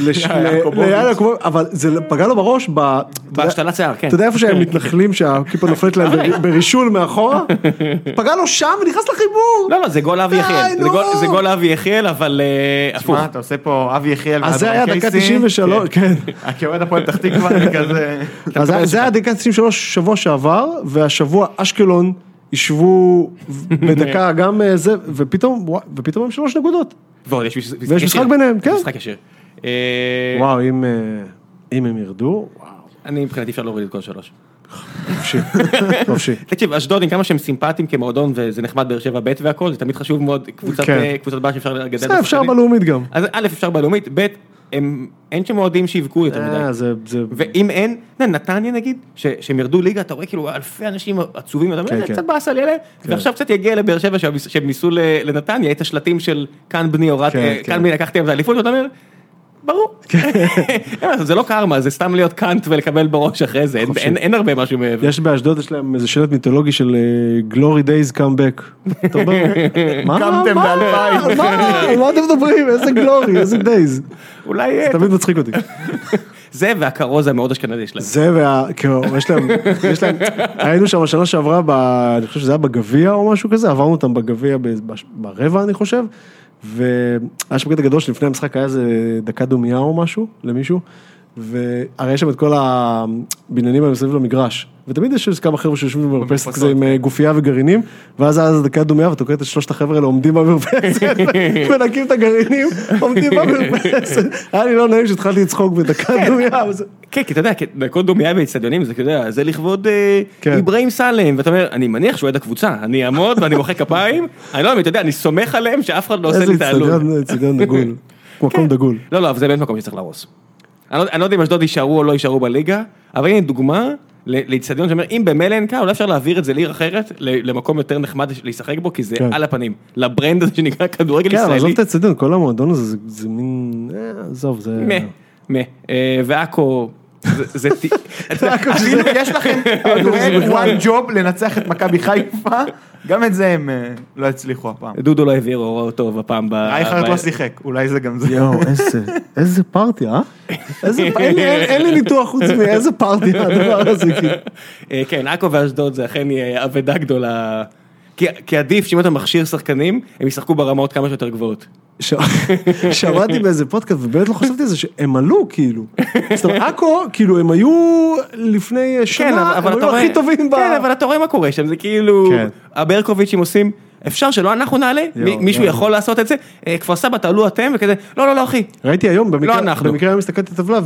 Speaker 2: לש- ל-
Speaker 3: יעקובוביץ'.
Speaker 2: ליאן יעקובוביץ', אבל זה פגע לו בראש ב... אתה יודע-
Speaker 1: בהשתלת שיער, כן.
Speaker 2: אתה יודע איפה שהם מתנחלים שהכיפה נופלת להם בר- ברישול מאחורה? פגע לו שם ונכנס לחיבור.
Speaker 1: לא, לא, זה גול אבי
Speaker 2: די,
Speaker 1: יחיאל, זה
Speaker 2: נו.
Speaker 1: גול- זה גול אבי יחיאל, אבל אה, הפוך.
Speaker 3: שמע, אתה עושה פה אבי יחיאל
Speaker 2: אז זה היה
Speaker 3: ואדרן
Speaker 2: דקה
Speaker 3: קייסי.
Speaker 2: 93, כן.
Speaker 3: כאוהד הפועל פתח תקווה, אני כזה...
Speaker 2: אז זה- זה היה דקה 93 שבוע שעבר, והשבוע אשקלון ישבו בדקה גם אה, זה, ופתאום, וואו, ופתאום הם שלוש נקודות.
Speaker 1: ועוד יש משחק
Speaker 2: ויש משחק
Speaker 1: ישיר.
Speaker 2: ביניהם, כן.
Speaker 1: משחק ישיר. אה,
Speaker 2: וואו, אם, אה, אם הם ירדו, וואו,
Speaker 1: אני מבחינתי אפשר להוריד את כל שלוש.
Speaker 2: חופשי, חופשי.
Speaker 1: תקשיב, אשדוד, עם כמה שהם סימפטיים כמועדון, וזה נחמד באר שבע ב' והכל, זה תמיד חשוב מאוד, קבוצת
Speaker 2: כן.
Speaker 1: אה, קבוצת בר שאפשר לגדל.
Speaker 2: בסדר, אפשר
Speaker 1: בשחקנים.
Speaker 2: בלאומית גם.
Speaker 1: אז א', אפשר בלאומית, ב', הם- אין שם אוהדים שיבכו יותר מדי.
Speaker 2: אה, זה, זה,
Speaker 1: ואם אין, אתה יודע, נתניה נגיד, ש- שהם ירדו ליגה, אתה רואה כאילו אלפי אנשים עצובים, אתה
Speaker 2: כן,
Speaker 1: אומר, "זה
Speaker 2: כן.
Speaker 1: קצת באסה לי עליהם, ועכשיו קצת יגיע לבאר שבע, שהם- שהם ניסו ל- לנתניה, את השלטים של כאן בני הורדתי,
Speaker 2: כן, כן.
Speaker 1: כאן בני לקחתי להם את האליפות, ואתה אומר, ברור. אין מה לעשות, זה לא קרמה, זה סתם להיות קאנט ולקבל בראש אחרי זה, אין-
Speaker 2: חופשי.
Speaker 1: אין- אין הרבה משהו מעבר.
Speaker 2: יש באשדוד, יש להם איזה שלט מיתולוגי של אה, Glory Days Comeback. אתה אומר, מה,
Speaker 3: קמתם
Speaker 2: מה,
Speaker 3: ב-2000.
Speaker 2: מה, על מה אתם מדברים? איזה גלורי, איזה דייז.
Speaker 1: אולי אה,
Speaker 2: זה תמיד מצחיק אותי.
Speaker 1: זה והכרוז המאוד אשכנזי שלהם.
Speaker 2: זה וה... כאילו, יש להם, יש להם, היינו שם השנה שעברה, ב, אני חושב שזה היה בגביע או משהו כזה, עברנו אותם בגביע ב- בש- ברבע אני חושב, והיה שם קטע גדול שלפני המשחק היה איזה דקה דומייה או משהו, למישהו, והרי יש שם את כל הבניינים האלה מסביב למגרש, ותמיד יש איזה כמה חבר'ה שיושבים במרפסת כזה עם אה, גופייה וגרעינים, ואז אז דקה דומייה ואתה קורא את שלושת החבר'ה האלה עומדים במרפסת, מנקים את הגרעינים, עומדים במרפסת, היה לי לא נעים שהתחלתי לצחוק בדקה דומייה, אבל זה-
Speaker 1: כן, כי אתה יודע, כי דקות דומייה באצטדיונים, זה, אתה יודע, זה לכבוד אה,
Speaker 2: כן.
Speaker 1: איברהים סאלם, ואתה אומר, אני מניח שהוא אוהד הקבוצה, אני אעמוד ואני מוחא כפיים, אני לא מבין, אתה יודע, אני סומך עליהם שאף אחד לא עושה
Speaker 2: איזה
Speaker 1: לי תעלול.
Speaker 2: איצטדיון, איצטדיון דגול. מקום דגול.
Speaker 1: לא, לא, אבל זה באמת מקום שצריך להרוס. אני לא, אני לא יודע אם אשדוד יישארו או לא יישארו בליגה, אבל הנה דוגמה ל- לאצטדיון שאומר, אם במילא אין קהל, אולי אפשר להעביר את זה לעיר אחרת, ל- למקום יותר נחמד לשחק בו, כי זה
Speaker 2: כן.
Speaker 1: על הפנים, לברנד הזה שנקרא כדורגל
Speaker 2: כן, אבל עזוב
Speaker 1: ישראלי.
Speaker 2: את האיצטדיון, כל המועדון הזה זה- זה מין... אה, עזוב, זה...
Speaker 1: מה, מה. אה, ועכו, זה- זה ט- אתה יודע,
Speaker 3: אפילו יש לכם רק one job לנצח את מכבי חיפה, גם את זה הם אה, לא הצליחו הפעם.
Speaker 1: דודו לא העביר הוראות טוב הפעם ב...
Speaker 2: אה,
Speaker 3: רייכרד
Speaker 1: ב-
Speaker 3: לא שיחק, אולי זה גם זה.
Speaker 2: יואו, איזה, איזה פארטי, אה? איזה, אין, לי- אין, אין לי ניתוח חוץ מאיזה פארטי הדבר הזה, כאילו.
Speaker 1: אה, כן, עכו ואשדוד זה אכן יהיה אבדה גדולה. כי, כי עדיף שאם אתה מכשיר שחקנים, הם ישחקו ברמות כמה שיותר גבוהות.
Speaker 2: ש- שמעתי באיזה פודקאסט ובאמת לא חשבתי על זה שהם עלו כאילו. זאת אומרת, עכו, כאילו הם היו לפני שנה, הם היו הכי טובים ב...
Speaker 1: כן, אבל אתה רואה מה קורה שם, זה כאילו,
Speaker 2: כן.
Speaker 1: הברקוביצ'ים עושים, אפשר שלא אנחנו נעלה? מ-
Speaker 2: יואו,
Speaker 1: מישהו
Speaker 2: יואו.
Speaker 1: יכול לעשות את זה? אה, כפר סבא, תעלו אתם, וכזה, לא, לא, לא, אחי.
Speaker 2: ראיתי היום, במקרה,
Speaker 1: לא אנחנו.
Speaker 2: במקרה היום הסתכלתי על הטבלה,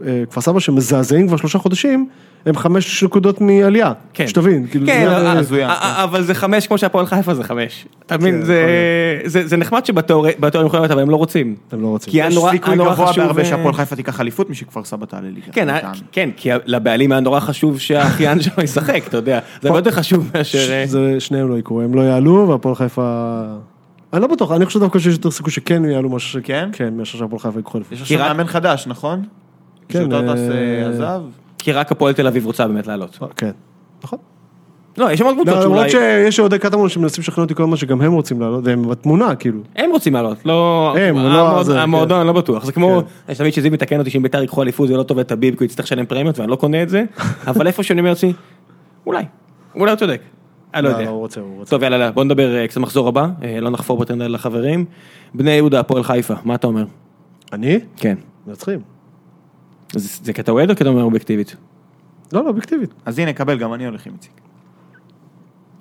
Speaker 2: וכפר סבא שמזעזעים כבר שלושה חודשים, הם חמש נקודות מעלייה.
Speaker 1: כן.
Speaker 2: שתבין, כאילו,
Speaker 1: כן,
Speaker 2: זה-
Speaker 1: אבל-
Speaker 3: הזויה.
Speaker 1: אה, אבל זה חמש כמו שהפועל חיפה זה חמש. אתה מבין,
Speaker 2: כן,
Speaker 1: זה- זה זה נחמד שבתיאוריה בתיאוריה הם יכולים להיות, אבל הם לא רוצים.
Speaker 2: הם לא רוצים.
Speaker 1: כי היה
Speaker 3: יש
Speaker 1: נורא
Speaker 3: סיכוי
Speaker 1: היה נורא
Speaker 3: גבוה
Speaker 1: חשוב...
Speaker 3: בהרבה
Speaker 1: אה,
Speaker 3: שהפועל חיפה תיקח אליפות משכפר סבא תעלה ליגה.
Speaker 1: כן,
Speaker 3: לטעמי.
Speaker 2: אה,
Speaker 1: כן, כי לבעלים היה נורא חשוב שהאחיין שלו ישחק, אתה יודע. זה הרבה יותר חשוב מאשר... אה,
Speaker 2: זה שניהם לא יקרו, הם לא יעלו והפועל חיפה... אני לא בטוח, אני חושב דווקא שיש יותר סיכוי שכן יעלו מאשר
Speaker 3: כן?
Speaker 2: כן, מאשר שהפועל חיפה יקחו אליפות.
Speaker 3: יש עכשיו
Speaker 1: רק-
Speaker 3: מאמן חדש, נכון?
Speaker 2: כן,
Speaker 3: שטוטס
Speaker 2: אה,
Speaker 3: אה, עזב?
Speaker 1: כי רק הפועל תל אביב רוצה באמת לעלות.
Speaker 2: אה, כן, נכון.
Speaker 1: לא, יש שם עוד
Speaker 2: לא,
Speaker 1: קבוצות שאולי...
Speaker 2: למרות שיש אוהדי קטמון שמנסים לשכנע אותי כל הזמן שגם הם רוצים לעלות, והם בתמונה כאילו.
Speaker 1: הם רוצים לעלות, לא...
Speaker 2: הם,
Speaker 1: המועד-
Speaker 2: לא זה, כן.
Speaker 1: המועדון לא בטוח. זה כמו...
Speaker 2: כן.
Speaker 1: יש תמיד שזיו מתקן אותי שאם ביתר ייקחו אליפות זה לא טוב לטביב כי הוא יצטרך לשלם פרמיות ואני לא קונה את זה, אבל איפה שאני אומר לעצמי, אולי, אולי הוא צודק. אני לא יודע.
Speaker 2: הוא רוצה, הוא רוצה.
Speaker 1: טוב יאללה יאללה, בוא נדבר אה, קצת מחזור הבא, אה, לא נחפור בטרנדל לחברים. בני יהודה, הפועל חיפה, מה אתה אומר?
Speaker 2: אני?
Speaker 1: כן.
Speaker 2: מנצחים.
Speaker 1: זה זה כי אתה אוהד או כי אתה אומר אובייקטיבית?
Speaker 2: לא, לא, אובייקטיבית.
Speaker 3: אז הנה, קבל, גם אני הולך עם איציק.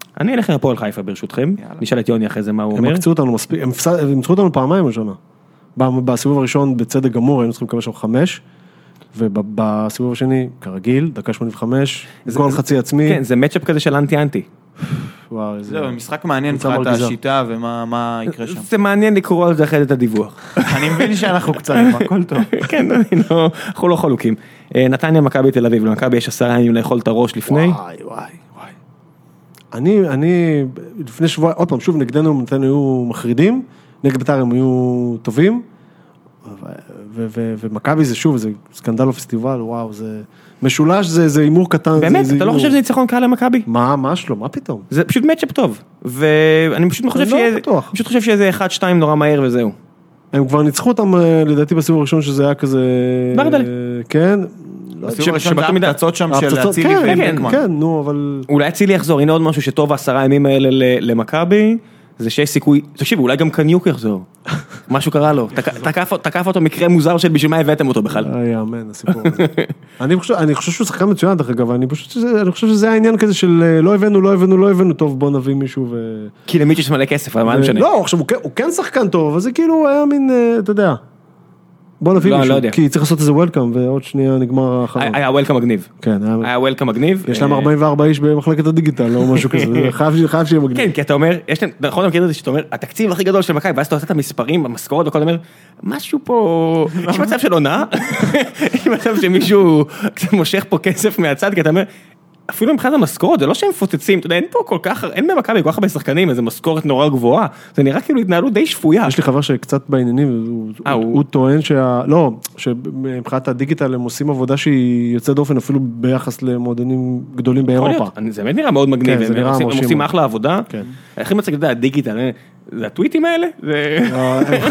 Speaker 2: אה,
Speaker 1: אני אלך להפועל חיפה ברשותכם,
Speaker 3: יאללה.
Speaker 1: נשאל את יוני אחרי זה מה הוא
Speaker 2: הם
Speaker 1: אומר.
Speaker 2: עקצו אותנו מספיק, הם הפס- הם ניצחו אותנו פעמיים השנה. ב- בסיבוב הראשון, בצדק גמור, היינו צריכים לקבל שם חמש, ובסיבוב השני, כרגיל, דקה 85,
Speaker 1: זה-
Speaker 2: גול
Speaker 1: זה-
Speaker 2: חצי עצמי.
Speaker 1: כן, זה לא, מצ'אפ כזה של אנטי אנטי.
Speaker 2: וואי, זה-
Speaker 3: זהו, משחק מעניין
Speaker 2: קבוצה
Speaker 3: מבחינת
Speaker 2: מרגיזה.
Speaker 3: השיטה ומה מה יקרה שם.
Speaker 2: אה,
Speaker 1: זה מעניין לקרוא על זה אחרי זה את הדיווח.
Speaker 3: אני מבין שאנחנו קצרים, הכל טוב.
Speaker 1: כן, אני לא- אנחנו לא חלוקים. אה, נתניה, מכבי תל אביב, למכבי יש עשרה ימים לאכול את הראש לפני.
Speaker 2: וואי, וואי, וואי. אני, אני, לפני שבוע, עוד פעם, שוב, נגדנו, נתנו היו מחרידים, נגד בית"ר הם היו טובים, ו- ו- ו- ומכבי זה שוב, זה סקנדל הפסטיבל, וואו, זה משולש, זה זה הימור קטן. זה-
Speaker 1: באמת,
Speaker 2: זה
Speaker 1: אתה לא
Speaker 2: הימור.
Speaker 1: חושב שזה ניצחון קל למכבי?
Speaker 2: מה, ממש לא, מה פתאום?
Speaker 1: זה פשוט מצ'אפ טוב. ואני פשוט לא חושב
Speaker 2: לא
Speaker 1: שיהיה,
Speaker 2: בטוח.
Speaker 1: פשוט חושב שיהיה איזה 1-2 נורא מהר וזהו.
Speaker 2: הם כבר ניצחו אותם, אה, לדעתי, בסיבוב הראשון, שזה היה כזה...
Speaker 1: ברדלה.
Speaker 2: אה, כן. לא יודע.
Speaker 3: בסיבוב הראשון
Speaker 1: שבאותה
Speaker 3: זה
Speaker 1: מידה-
Speaker 3: הפצצות שם של
Speaker 2: ההפצצות-
Speaker 3: אצילי
Speaker 2: כן,
Speaker 3: ובנקמן.
Speaker 2: כן, נו, אבל...
Speaker 1: אולי אצילי יחזור, הנה עוד משהו שטוב בעשרה הימים האלה ל- למכבי, זה שיש סיכוי, תקשיב, אולי גם קניוק יחזור. משהו קרה לו, תק- תקף- תקף אותו מקרה מוזר של בשביל מה הבאתם אותו בכלל.
Speaker 2: אה, יאמן הסיפור הזה. אני חושב, אני חושב שהוא שחקן מצוין דרך אגב, אני פשוט, שזה- אני חושב שזה העניין כזה של אה, לא הבאנו, לא הבאנו, לא הבאנו, טוב בוא נביא מישהו ו...
Speaker 1: כי למישהו יש מלא כסף, אבל מה זה משנה.
Speaker 2: לא, עכשיו הוא כן- הוא כן שחקן טוב, אבל זה כאילו היה מין, אה, אתה יודע. בוא נביא
Speaker 1: לא,
Speaker 2: מישהו,
Speaker 1: לא יודע.
Speaker 2: כי צריך לעשות איזה וולקאם ועוד שנייה נגמר האחרון.
Speaker 1: היה וולקאם מגניב.
Speaker 2: כן, היה-
Speaker 1: היה וולקאם מגניב.
Speaker 2: יש להם
Speaker 1: אה,
Speaker 2: 44 איש במחלקת הדיגיטל או משהו כזה, זה חייב ש- חייב שיהיה מגניב.
Speaker 1: כן, כי אתה אומר, יש להם, נכון, אתה מכיר את זה שאתה אומר, התקציב הכי גדול של מכבי, ואז אתה עושה את המספרים, המשכורות וכל, אתה אומר, משהו פה, יש מצב של הונאה, יש מצב שמישהו קצת מושך פה כסף מהצד, כי אתה אומר, אפילו מבחינת המשכורות, זה לא שהם מפוצצים, אתה יודע, אין פה כל כך, אין במכבי כל כך הרבה שחקנים, איזה משכורת נורא גבוהה, זה נראה כאילו התנהלות די שפויה.
Speaker 2: יש לי חבר שקצת בעניינים, הוא-
Speaker 1: אה,
Speaker 2: הוא-
Speaker 1: הוא-
Speaker 2: הוא טוען שה... לא, שמבחינת הדיגיטל הם עושים עבודה שהיא יוצאת דופן אפילו ביחס למועדונים גדולים
Speaker 1: יכול
Speaker 2: באירופה.
Speaker 1: להיות, אני- זה באמת נראה מאוד מגניב,
Speaker 2: כן, זה
Speaker 1: הם
Speaker 2: נראה
Speaker 1: עושים- הם
Speaker 2: מרשים
Speaker 1: עושים
Speaker 2: מאוד.
Speaker 1: אחלה עבודה,
Speaker 2: כן.
Speaker 1: הכי מצחיק, אתה יודע, הדיגיטל, אה, זה הטוויטים האלה? זה-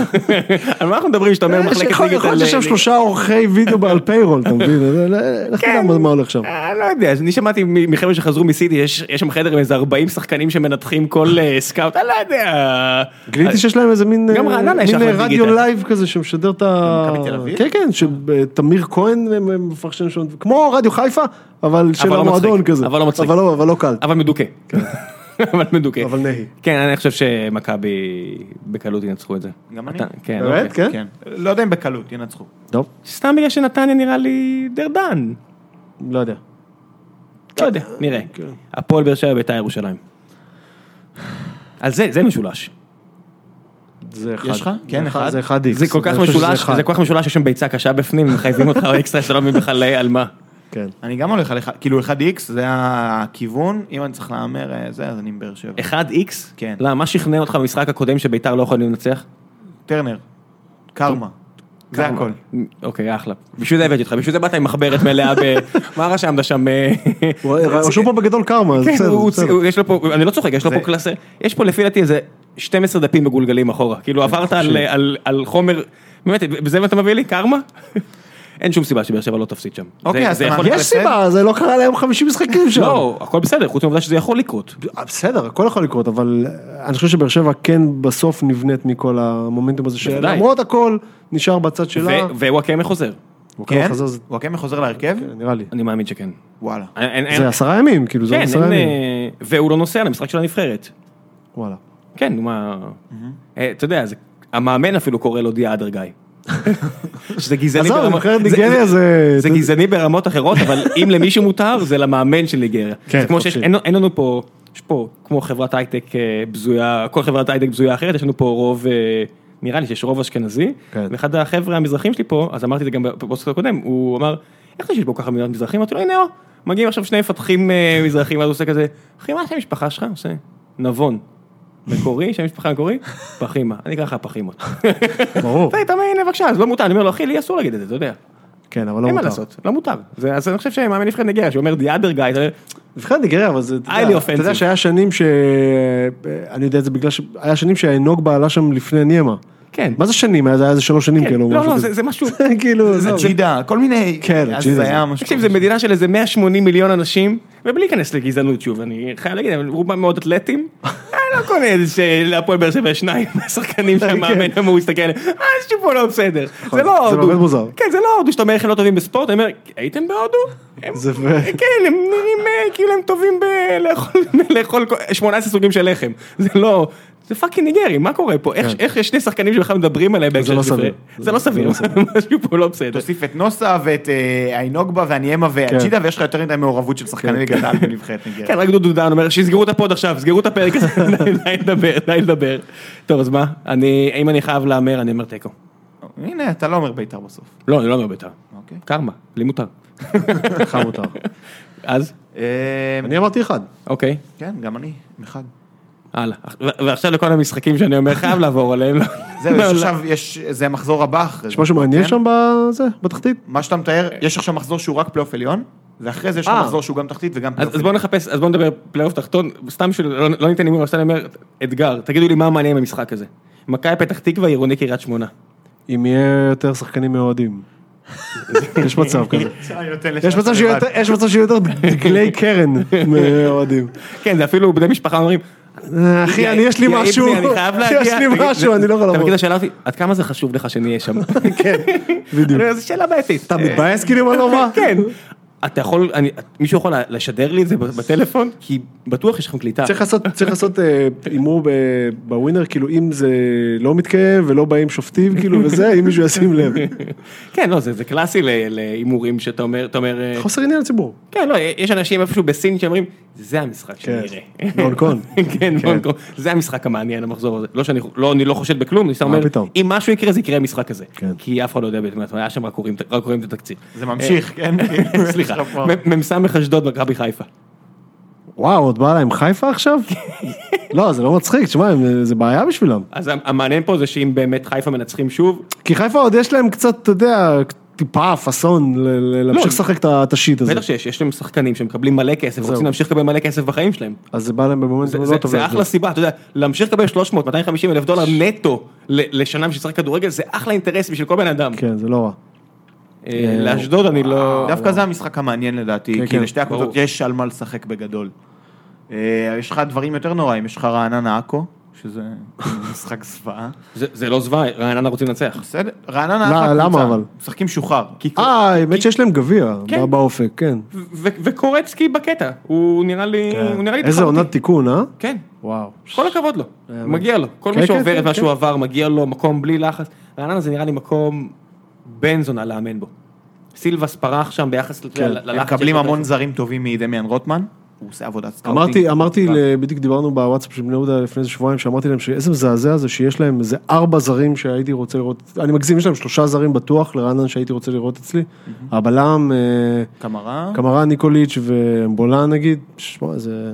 Speaker 1: על מה אנחנו מדברים שאתה אומר מחלקת
Speaker 2: יש-
Speaker 1: דיגיטל?
Speaker 2: לא, יכול יכול להיות שיש שם
Speaker 1: אה,
Speaker 2: שלושה עורכי וידאו בעל פיירול, אתה מבין? זה- לא- לך תדע מה- מה הולך שם.
Speaker 1: אני אה, לא יודע, אז אני שמעתי מ- מחבר'ה שחזרו מסיטי, יש יש שם חדר עם איזה 40 שחקנים שמנתחים כל אה, סקאוט, אני לא יודע.
Speaker 2: גיליתי שיש להם איזה מין
Speaker 1: גם
Speaker 2: אה,
Speaker 1: רעננה יש
Speaker 2: מין,
Speaker 1: אחלה
Speaker 2: אה, רדיו
Speaker 1: דיגיטל.
Speaker 2: לייב כזה שמשדר את ה...
Speaker 3: מכבי תל אביב?
Speaker 2: כן, כן, שתמיר כהן אה, מפרשן שם, כמו רדיו חיפה, אבל של
Speaker 1: לא
Speaker 2: המועדון
Speaker 1: מצחיק,
Speaker 2: כזה.
Speaker 1: אבל לא מצחיק.
Speaker 2: אבל לא, אבל לא קל.
Speaker 1: אבל מדוכא. אבל מדוכא.
Speaker 2: אבל נהי.
Speaker 1: כן, אני חושב שמכבי בקלות ינצחו את זה.
Speaker 3: גם אני.
Speaker 1: אתה- כן,
Speaker 2: באמת?
Speaker 1: אוקיי.
Speaker 2: כן?
Speaker 3: כן. לא יודע אם בקלות, ינצחו.
Speaker 2: טוב,
Speaker 1: סתם בגלל שנתניה נראה לי דרדן.
Speaker 2: לא יודע.
Speaker 1: לא יודע, נראה.
Speaker 2: כן.
Speaker 1: הפועל באר שבע בית"ר ירושלים. על זה, זה משולש.
Speaker 2: זה אחד.
Speaker 3: יש לך? כן,
Speaker 2: זה
Speaker 3: אחד.
Speaker 2: זה אחד איקס.
Speaker 1: זה כל כך
Speaker 2: אני חושב שזה
Speaker 1: משולש,
Speaker 2: אחד.
Speaker 1: זה כל כך משולש, יש שם ביצה קשה בפנים, הם מחייבים אותך על אקסטרה, אתה לא מבין בכלל על מה.
Speaker 2: כן.
Speaker 3: אני גם הולך על אחד, כאילו 1x זה הכיוון, אם אני צריך להמר אה, זה, אז אני עם באר שבע.
Speaker 1: 1x?
Speaker 3: כן.
Speaker 1: לא למה, מה שכנע אותך במשחק הקודם שביתר לא יכולים לנצח?
Speaker 3: טרנר, קרמה. זה
Speaker 1: קרמה.
Speaker 3: הכל.
Speaker 1: אוקיי, אחלה. בשביל זה הבאתי אותך, בשביל זה באת עם מחברת מלאה ב... מה רשמת שם? אה,
Speaker 2: הוא- רשום פה בגדול קרמה, אז
Speaker 1: כן,
Speaker 2: בסדר,
Speaker 1: הוא-
Speaker 2: בסדר.
Speaker 1: הוא- יש לו פה, אני לא צוחק, יש לו
Speaker 3: זה-
Speaker 1: פה קלאסה, יש פה לפי דעתי איזה 12 דפים מגולגלים אחורה, כאילו עברת על- על- על חומר, באמת, זה מה אתה מביא לי? קרמה? אין שום סיבה שבאר שבע לא תפסיד שם.
Speaker 3: אוקיי,
Speaker 1: זה-
Speaker 3: אז
Speaker 1: זה
Speaker 3: אתה
Speaker 1: יכול-
Speaker 3: מאמין?
Speaker 2: יש סיבה, זה לא קרה להם 50 משחקים שם.
Speaker 1: לא, הכל בסדר, חוץ מהעובדה שזה יכול לקרות.
Speaker 2: בסדר, הכל יכול לקרות, אבל אני חושב שבאר שבע כן בסוף נבנית מכל המומנטום הזה,
Speaker 1: בוודאי.
Speaker 2: שלמרות הכל נשאר בצד שלה.
Speaker 1: ו- ווואקמה חוזר,
Speaker 2: הוא כמה
Speaker 3: כן?
Speaker 2: חזר, זה-
Speaker 3: וואקמה חוזר להרכב?
Speaker 2: כן, נראה לי.
Speaker 1: אני מאמין שכן.
Speaker 3: וואלה.
Speaker 1: אין- אין- אין-
Speaker 2: זה עשרה ימים, כאילו זה
Speaker 1: כן,
Speaker 2: עוד עשרה
Speaker 1: אין,
Speaker 2: ימים.
Speaker 1: אה, והוא לא נוסע למשחק של הנבחרת.
Speaker 2: וואלה.
Speaker 1: כן, נו מה... אה, אתה יודע, זה- המאמן אפילו קורא לו דיאדר גיא. שזה גזעני
Speaker 2: עזוב,
Speaker 1: ברמות...
Speaker 2: נבחרת
Speaker 1: זה-
Speaker 2: ניגריה זה-
Speaker 1: זה גזעני ברמות אחרות, אבל אם למישהו מותר, זה למאמן של ניגריה.
Speaker 2: כן,
Speaker 1: זה כמו שיש...
Speaker 2: חופשי.
Speaker 1: אין אין לנו פה... יש פה כמו חברת הייטק אה, בזויה, כל חברת הייטק בזויה אחרת, יש לנו פה רוב... אה, נראה לי שיש רוב אשכנזי,
Speaker 2: כן.
Speaker 1: ואחד החבר'ה המזרחים שלי פה, אז אמרתי את זה גם בפוסט הקודם, הוא אמר, איך זה שיש פה ככה מדינות מזרחים? אמרתי לו, הנה, או, מגיעים עכשיו שני מפתחים אה, מזרחים, ואז הוא עושה כזה, אחי, מה שם המשפחה שלך? הוא עושה, נבון. מקורי, שם משפחה מקורי, פחימה, אני אקרא לך פחימות.
Speaker 2: ברור.
Speaker 1: אתה היית אומר, הנה בבקשה, אז לא מותר, אני אומר לו, אחי, לי אסור להגיד את זה, אתה יודע.
Speaker 2: כן, אבל לא
Speaker 1: אין מה
Speaker 2: מותר.
Speaker 1: לעשות, לא מותר. זה- אז אני חושב שמאמן נבחרת נגיעה, שאומר דיאדר גיא, אתה יודע,
Speaker 2: נבחרת ניגריה, אבל זה, אתה
Speaker 1: highly
Speaker 2: יודע, אתה
Speaker 1: offensive.
Speaker 2: יודע שהיה שנים ש... אה, אני יודע את זה בגלל ש... היה שנים שהנוגבה עלה שם לפני ניאמה.
Speaker 1: כן.
Speaker 2: מה זה שנים? היה זה היה איזה שלוש שנים,
Speaker 1: כן,
Speaker 2: כאילו.
Speaker 1: לא,
Speaker 2: משהו
Speaker 1: לא,
Speaker 2: כזה.
Speaker 1: זה זה משהו,
Speaker 2: כאילו,
Speaker 3: זה
Speaker 2: עזוב.
Speaker 3: ג'ידה, כל מיני...
Speaker 2: כן,
Speaker 3: אז
Speaker 2: ג'ידה
Speaker 3: זה היה
Speaker 2: זה-
Speaker 3: משהו...
Speaker 1: תקשיב, זו מדינה של איזה 180 מיליון אנשים, ובלי להיכנס לגזענות שוב, אני חייב להגיד, אבל רובם מאוד אתלטים. אני לא קונה את זה שלהפועל באר שבע יש שניים מהשחקנים שהמאמן אמור להסתכל עליהם, אה, משהו פה לא בסדר. זה לא
Speaker 2: זה
Speaker 1: הודו.
Speaker 2: באמת מוזר.
Speaker 1: כן, זה לא הודו שאתה אומר איך הם לא טובים בספורט, אני אומר, הייתם בהודו? הם-
Speaker 2: זה ו-
Speaker 1: כן, הם נראים אה, כאילו הם טובים בלאכול לאכול כל- 18 סוגים של לחם. זה לא... זה פאקינג ניגרי, מה קורה פה? איך- איך יש שני שחקנים שבכלל מדברים עליהם בהקשר
Speaker 2: לא
Speaker 1: של זה?
Speaker 2: סביר.
Speaker 1: זה לא סביר, משהו פה לא בסדר.
Speaker 3: תוסיף את נוסה ואת אה, איינוגבה
Speaker 2: כן.
Speaker 3: ואניימה והג'ידה, ויש לך יותר מדי מעורבות של שחקני גדל בנבחרת ניגריה.
Speaker 1: כן, רק דודו דן אומר, שיסגרו את הפוד עכשיו, סגרו את הפרק הזה, די- די לדבר, די לדבר. טוב, אז מה? אני, אם אני חייב להמר, אני אומר תיקו.
Speaker 3: הנה, אתה לא אומר בית"ר בסוף.
Speaker 1: לא, אני לא אומר בית"ר.
Speaker 3: אוקיי.
Speaker 1: קרמה, לי מותר.
Speaker 2: לך מותר.
Speaker 1: אז,
Speaker 3: אה,
Speaker 2: אני אמרתי אחד.
Speaker 1: אוקיי,
Speaker 3: כן, גם אני, אחד.
Speaker 1: הלאה. ו- ועכשיו לכל המשחקים שאני אומר, חייב לעבור עליהם.
Speaker 3: זהו,
Speaker 1: לא,
Speaker 3: יש
Speaker 1: לא.
Speaker 3: עכשיו, יש, זה המחזור הבא אחרי זה.
Speaker 2: יש משהו מעניין
Speaker 3: כן?
Speaker 2: שם בזה, בתחתית?
Speaker 3: מה שאתה מתאר,
Speaker 1: אה.
Speaker 3: יש עכשיו מחזור שהוא רק פלייאוף עליון, ואחרי זה יש לך
Speaker 2: אה.
Speaker 3: מחזור שהוא גם תחתית וגם
Speaker 1: אז
Speaker 3: פלייאוף
Speaker 1: אז בואו
Speaker 3: עליון.
Speaker 1: נחפש, אז בואו נדבר פלייאוף תחתון, סתם שלא לא ניתן הימור, אבל סתם אני אומר, אתגר, תגידו לי מה מעניין במשחק הזה. מכבי פתח תקווה, עירוני קריית שמונה.
Speaker 2: אם יהיה יותר שחקנים מאוהדים. יש מצב כזה. יש מצב שיהיו
Speaker 3: שיהיה
Speaker 2: יותר- יש מצב שיהיו יותר דגלי קרן מאוהדים. אה,
Speaker 1: כן, זה אפילו בני משפחה אומרים,
Speaker 2: אחי, אני יש לי
Speaker 1: יאיר
Speaker 2: משהו,
Speaker 1: בני, אני חייב להגיע.
Speaker 2: יש לי
Speaker 1: תגיד,
Speaker 2: משהו, אני לא יכול
Speaker 1: אתה
Speaker 2: לבוא.
Speaker 1: מכיר את השאלה אותי, עד כמה זה חשוב לך שנהיה שם?
Speaker 2: כן, בדיוק.
Speaker 1: אני אומר, זו שאלה בעייתית.
Speaker 2: אתה מתבאס כאילו מה לא בא?
Speaker 1: אה, כן. אתה יכול, אני- מישהו יכול לשדר לי את זה בטלפון? כי בטוח יש לכם קליטה.
Speaker 2: צריך לעשות, צריך לעשות אה, הימור ב- בווינר, כאילו אם זה לא מתקיים ולא באים שופטים, כאילו וזה, אם מישהו ישים לב.
Speaker 1: כן, לא, זה זה קלאסי ל- להימורים שאתה אומר, אתה אומר, אה,
Speaker 2: חוסר עניין לציבור.
Speaker 1: כן, לא, יש אנשים איפשהו בסין שאומרים, זה המשחק שאני
Speaker 2: כן.
Speaker 1: אראה.
Speaker 2: בהונג קונג.
Speaker 1: כן, בהונג קונג. זה המשחק המעניין, המחזור הזה. לא שאני, לא, אני לא חושד בכלום, אני סתם אומר,
Speaker 2: פתאום?
Speaker 1: אם משהו יקרה, זה יקרה המשחק הזה.
Speaker 2: כן.
Speaker 1: כי אף אחד לא יודע באמת מה, היה שם רק קוראים רק קוראים את התקציר.
Speaker 3: זה ממשיך, כן?
Speaker 1: סליחה,
Speaker 2: לא
Speaker 3: יש לך פה.
Speaker 1: מ- מ"ס אשדוד מכבי חיפה.
Speaker 2: וואו, עוד בא להם חיפה עכשיו? לא, זה לא מצחיק, תשמע, הם- זה בעיה בשבילם.
Speaker 1: אז המעניין פה זה שאם באמת חיפה מנצחים שוב,
Speaker 2: כי חיפה עוד יש להם קצת, אתה יודע, טיפה פאסון ל- ל- להמשיך
Speaker 1: לא.
Speaker 2: לשחק את ה- את השיט הזה.
Speaker 1: בטח שיש, יש להם שחקנים שמקבלים מלא כסף, רוצים להמשיך לקבל מלא כסף בחיים שלהם.
Speaker 2: אז זה בא להם במומנט
Speaker 1: זה-
Speaker 2: לא טוב.
Speaker 1: זה
Speaker 2: לאשדוד.
Speaker 1: אחלה סיבה, אתה יודע, להמשיך לקבל 300, 250 אלף דולר נטו ל- לשנה בשביל לשחק כדורגל, זה אחלה אינטרס בשביל כל בן אדם.
Speaker 2: כן, זה לא רע.
Speaker 1: אה, לאשדוד אני לא...
Speaker 3: דווקא זה המשחק המעניין
Speaker 2: כן,
Speaker 3: לדעתי, כי
Speaker 2: כן,
Speaker 3: לשתי הקבוצות
Speaker 1: ברור.
Speaker 3: יש על מה לשחק בגדול. אה, יש לך דברים יותר נוראים, יש לך רעננה עכו, שזה משחק זוועה.
Speaker 1: זה זה לא זוועה, רעננה רוצים לנצח.
Speaker 3: בסדר, רעננה
Speaker 2: לא,
Speaker 3: אחלה
Speaker 2: למה
Speaker 3: קבוצה.
Speaker 2: אבל?
Speaker 3: משחקים שוחרר.
Speaker 2: אה, האמת שיש להם גביע
Speaker 1: כן.
Speaker 2: בא- באופק, כן.
Speaker 1: ו- ו- וקורצקי בקטע, הוא נראה לי... הוא נראה לי
Speaker 2: איזה
Speaker 1: תחרותי.
Speaker 2: עונת תיקון, אה?
Speaker 1: כן.
Speaker 2: וואו.
Speaker 1: כל הכבוד לו, מגיע לו, כל
Speaker 2: כן,
Speaker 1: מי
Speaker 2: כן,
Speaker 1: שעובר
Speaker 2: כן,
Speaker 1: את מה
Speaker 2: כן.
Speaker 1: שהוא עבר מגיע לו מקום בלי לחץ, רעננה זה נראה לי מקום בן זונה לאמן בו. סילבס פרח שם ביחס ל-
Speaker 2: כן.
Speaker 1: ל-
Speaker 3: הם
Speaker 1: ללחץ.
Speaker 3: מקבלים
Speaker 1: שיש לו.
Speaker 3: המון זרים טובים מדמיאן רוטמן, הוא עושה עבודת סקאוטינג.
Speaker 1: אוקיי.
Speaker 2: אמרתי, אמרתי, ל- בדיוק דיברנו בוואטסאפ של בני יהודה לפני איזה שבועיים, שאמרתי להם שאיזה מזעזע זה שיש להם איזה ארבע זרים שהייתי רוצה לראות, אני מגזים, יש להם שלושה זרים בטוח לרענן שהייתי רוצה לראות אצלי, הבלם, אה,
Speaker 3: קמרה.
Speaker 2: קמרה ניקוליץ' ואמבולן נגיד, שמע, זה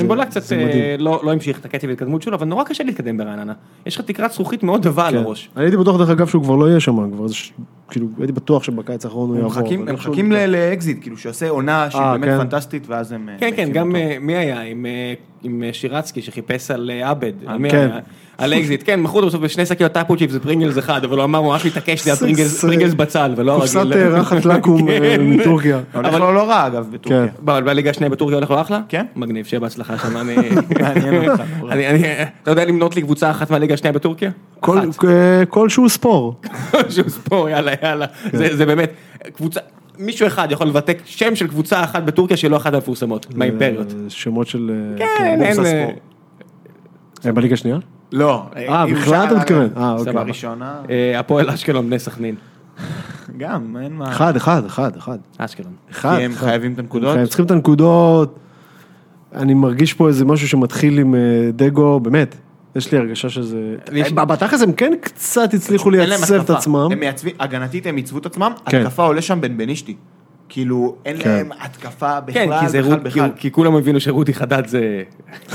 Speaker 1: אמבולה קצת
Speaker 2: זה
Speaker 1: אה,
Speaker 2: מדהים.
Speaker 1: לא לא המשיך את הקצב ההתקדמות שלו, אבל נורא קשה להתקדם ברעננה. יש לך תקרת זכוכית מאוד עבה על
Speaker 2: כן.
Speaker 1: הראש.
Speaker 2: אני הייתי בטוח, דרך אגב, שהוא כבר לא יהיה שם, כבר, זה ש- כאילו, הייתי בטוח שבקיץ האחרון הוא
Speaker 3: הם
Speaker 2: יעבור.
Speaker 3: מחכים-
Speaker 2: אבל
Speaker 3: הם
Speaker 2: איכשהו
Speaker 3: מחכים
Speaker 2: נתקע.
Speaker 3: ל- לאקזיט, כאילו שיעשה עונה שהיא
Speaker 2: אה,
Speaker 3: באמת
Speaker 2: כן.
Speaker 3: פנטסטית, ואז הם... אה,
Speaker 1: כן, כן,
Speaker 3: מקימים
Speaker 1: גם
Speaker 3: אותו.
Speaker 1: אה, מי היה? עם, אה, עם אה, שירצקי שחיפש על אה, עבד. מי
Speaker 2: כן.
Speaker 1: היה? על אקזיט, כן, מכרו אותו בסוף בשני שקיות טאפו צ'יפס ופרינגלס אחד, אבל הוא אמר, הוא ממש מתעקש, זה היה
Speaker 2: זה-
Speaker 1: פרינגלס-
Speaker 2: זה-
Speaker 1: פרינגלס בצל, ולא הרגיל.
Speaker 2: קופסת אה, רחת לקום אה,
Speaker 1: כן.
Speaker 2: מטורקיה.
Speaker 3: הולך לו לא רע, אגב, בטורקיה.
Speaker 2: כן.
Speaker 1: אבל בליגה השנייה בטורקיה הולך לו אחלה?
Speaker 3: כן.
Speaker 1: מגניב, שיהיה בהצלחה שם. אני...
Speaker 3: מעניין אותך.
Speaker 1: אני, אני, אתה יודע למנות לי קבוצה אחת מהליגה השנייה בטורקיה?
Speaker 2: כל- אה, כלשהו ספור.
Speaker 1: שהוא ספור, יאללה, יאללה.
Speaker 3: כן.
Speaker 1: זה, זה באמת, קבוצה, מישהו אחד יכול לבטק שם של קבוצה אחת בטורקיה שהיא לא אחת המפורסמות, מהאימפריות.
Speaker 2: אה, שמות של... אה,
Speaker 1: אין, אין,
Speaker 3: כן, בורסה
Speaker 1: אה,
Speaker 3: ספורט.
Speaker 2: אה, בליגה השנייה?
Speaker 3: לא.
Speaker 2: אה,
Speaker 3: אם
Speaker 2: בכלל אתה
Speaker 3: אפשר-
Speaker 2: מתכוון? אה, אוקיי.
Speaker 1: סבבה.
Speaker 3: הראשונה,
Speaker 1: אה, הפועל אשקלון, בני סכנין.
Speaker 3: גם, אין מה.
Speaker 2: אחד, אחד, אחד, אחד.
Speaker 1: אשקלון.
Speaker 2: אחד.
Speaker 3: כי הם
Speaker 2: אחד.
Speaker 3: חייבים את הנקודות?
Speaker 2: הם צריכים את הנקודות. אני מרגיש פה איזה משהו שמתחיל עם אה, דגו, באמת. יש לי הרגשה שזה...
Speaker 1: יש-
Speaker 2: ב- בתכלס הם כן קצת הצליחו
Speaker 3: אין להם
Speaker 2: לייצב את
Speaker 3: התקפה.
Speaker 2: עצמם.
Speaker 3: הם מייצבים, הגנתית הם ייצבו את עצמם,
Speaker 2: כן.
Speaker 3: התקפה עולה שם בנבנישתי. כאילו, אין
Speaker 2: כן.
Speaker 3: להם התקפה בכלל,
Speaker 1: כן, כי זה
Speaker 3: בכלל,
Speaker 1: רוד, כי,
Speaker 3: בכלל.
Speaker 1: כי כולם הבינו שרודי חדד זה...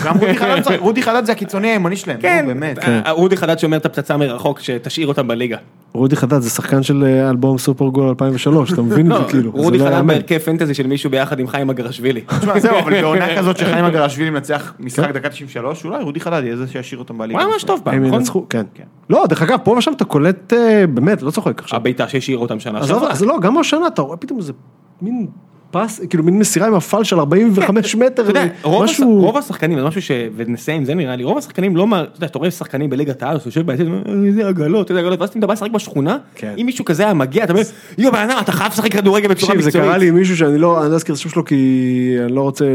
Speaker 3: גם רודי חדד צריך- רודי חדד זה הקיצוני הימני שלהם, נו, באמת.
Speaker 1: אה, רודי חדד שומר את הפצצה מרחוק, שתשאיר אותם בליגה.
Speaker 3: כאילו,
Speaker 2: רודי חדד זה שחקן של אה, אלבום סופר גול 2003, אתה מבין את זה כאילו. זה
Speaker 1: רודי
Speaker 2: לא
Speaker 1: חדד
Speaker 2: יאמן.
Speaker 1: בהרכב פנטזי של מישהו ביחד עם חיים אגרשווילי.
Speaker 3: תשמע, זהו, אבל בעונה כזאת שחיים אגרשווילי מנצח
Speaker 2: כן.
Speaker 3: משחק דקה 93, אולי רודי חדד יהיה זה שישאיר אותם
Speaker 1: הוא
Speaker 3: בליגה.
Speaker 1: היה ממש טוב פעם,
Speaker 2: הם
Speaker 1: נכון?
Speaker 2: ינצחו, כן. לא, דרך אגב, פה ושם אתה קולט, אה, באמת, לא צוחק עכשיו.
Speaker 1: הבעיטה שהשאירה אותם שנה
Speaker 2: עזוב,
Speaker 1: שעברה.
Speaker 2: אז לא, גם השנה אתה רואה פתאום איזה מין פס, כאילו מין מסירה עם הפעל של 45 מטר,
Speaker 1: אתה יודע, רוב הש-
Speaker 2: משהו...
Speaker 1: רוב השחקנים, זה משהו ש... ונסיים עם זה נראה לי, רוב השחקנים לא, מה- אתה יודע, אתה רואה שחקנים בליגת העל, אתה יושב בעצם, איזה עגלות, איזה עגלות, ואז אתה בא לשחק בשכונה,
Speaker 2: כן.
Speaker 1: אם מישהו כזה היה מגיע, אתה אומר, יואו, בן אדם, אתה חייב לשחק כדורגל בצורה
Speaker 2: תקשיב, זה קרה לי
Speaker 1: מקצועית.
Speaker 2: עם מישהו שאני לא, אני לא אזכיר את השם שלו כי אני לא רוצה,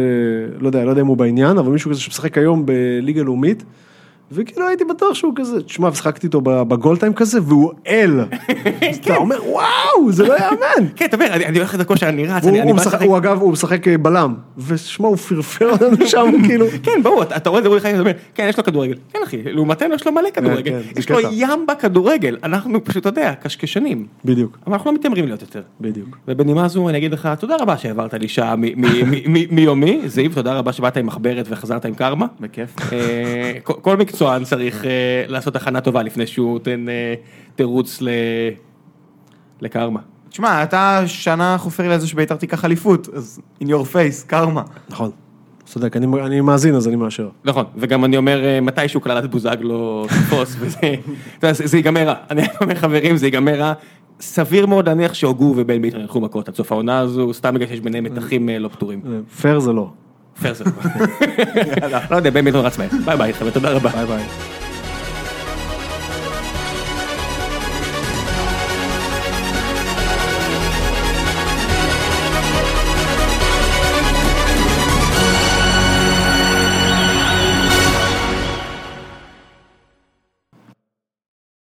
Speaker 2: לא יודע, לא יודע אם הוא בעניין, אבל מישהו כזה שמשחק היום בליגה לאומית, וכאילו הייתי בטוח שהוא כזה, תשמע, משחקתי איתו בגול טיים כזה, והוא אל. אז אתה אומר, וואו, זה לא יאמן.
Speaker 1: כן, אתה אומר, אני אני הולך לדקות שאני רץ,
Speaker 2: הוא-
Speaker 1: אני אני
Speaker 2: הוא
Speaker 1: בא
Speaker 2: משחק-
Speaker 1: לשחק.
Speaker 2: הוא אגב, הוא משחק אה, בלם, ושמע, הוא פרפר אותנו שם, כאילו.
Speaker 1: כן, ברור, אתה אתה רואה את זה, רואה לך, אתה אומר, כן, יש לו כדורגל. כן, אחי, לעומתנו יש לו מלא כדורגל.
Speaker 2: כן, זה
Speaker 1: יש לו
Speaker 2: קטע.
Speaker 1: ים בכדורגל, אנחנו פשוט, אתה יודע, קשקשנים.
Speaker 2: בדיוק,
Speaker 1: אבל אנחנו לא מתיימרים להיות יותר.
Speaker 2: בדיוק.
Speaker 1: ובנימה זו אני אגיד לך תודה רבה שהעברת לי שעה מ- מ- מ- מ- מיומי, זיו תודה רבה שבאת עם מחברת וחזרת עם קרמה.
Speaker 3: בכיף.
Speaker 1: אה, כל- כל מקצוען צריך אה, לעשות הכנה טובה לפני שהוא נותן אה, תירוץ ל- לקרמה.
Speaker 3: תשמע, אתה שנה חופר לי על זה שביתר תיקח אליפות, אז in your face, קרמה.
Speaker 2: נכון, צודק, אני- אני מאזין אז אני מאשר.
Speaker 1: נכון, וגם אני אומר אה, מתישהו קללת בוזגלו תפוס, וזה אתה יודע, זה- זה ייגמר רע. אני אומר חברים, זה ייגמר רע. סביר מאוד להניח שהוגו ובן ביטון ילכו מכות עד סוף העונה הזו, סתם בגלל שיש ביניהם מתחים אה, לא פתורים.
Speaker 2: אה, פייר זה לא.
Speaker 1: פרסם. לא יודע, בן ביטון רץ מהר. ביי ביי חבר'ה, תודה רבה.
Speaker 2: ביי ביי.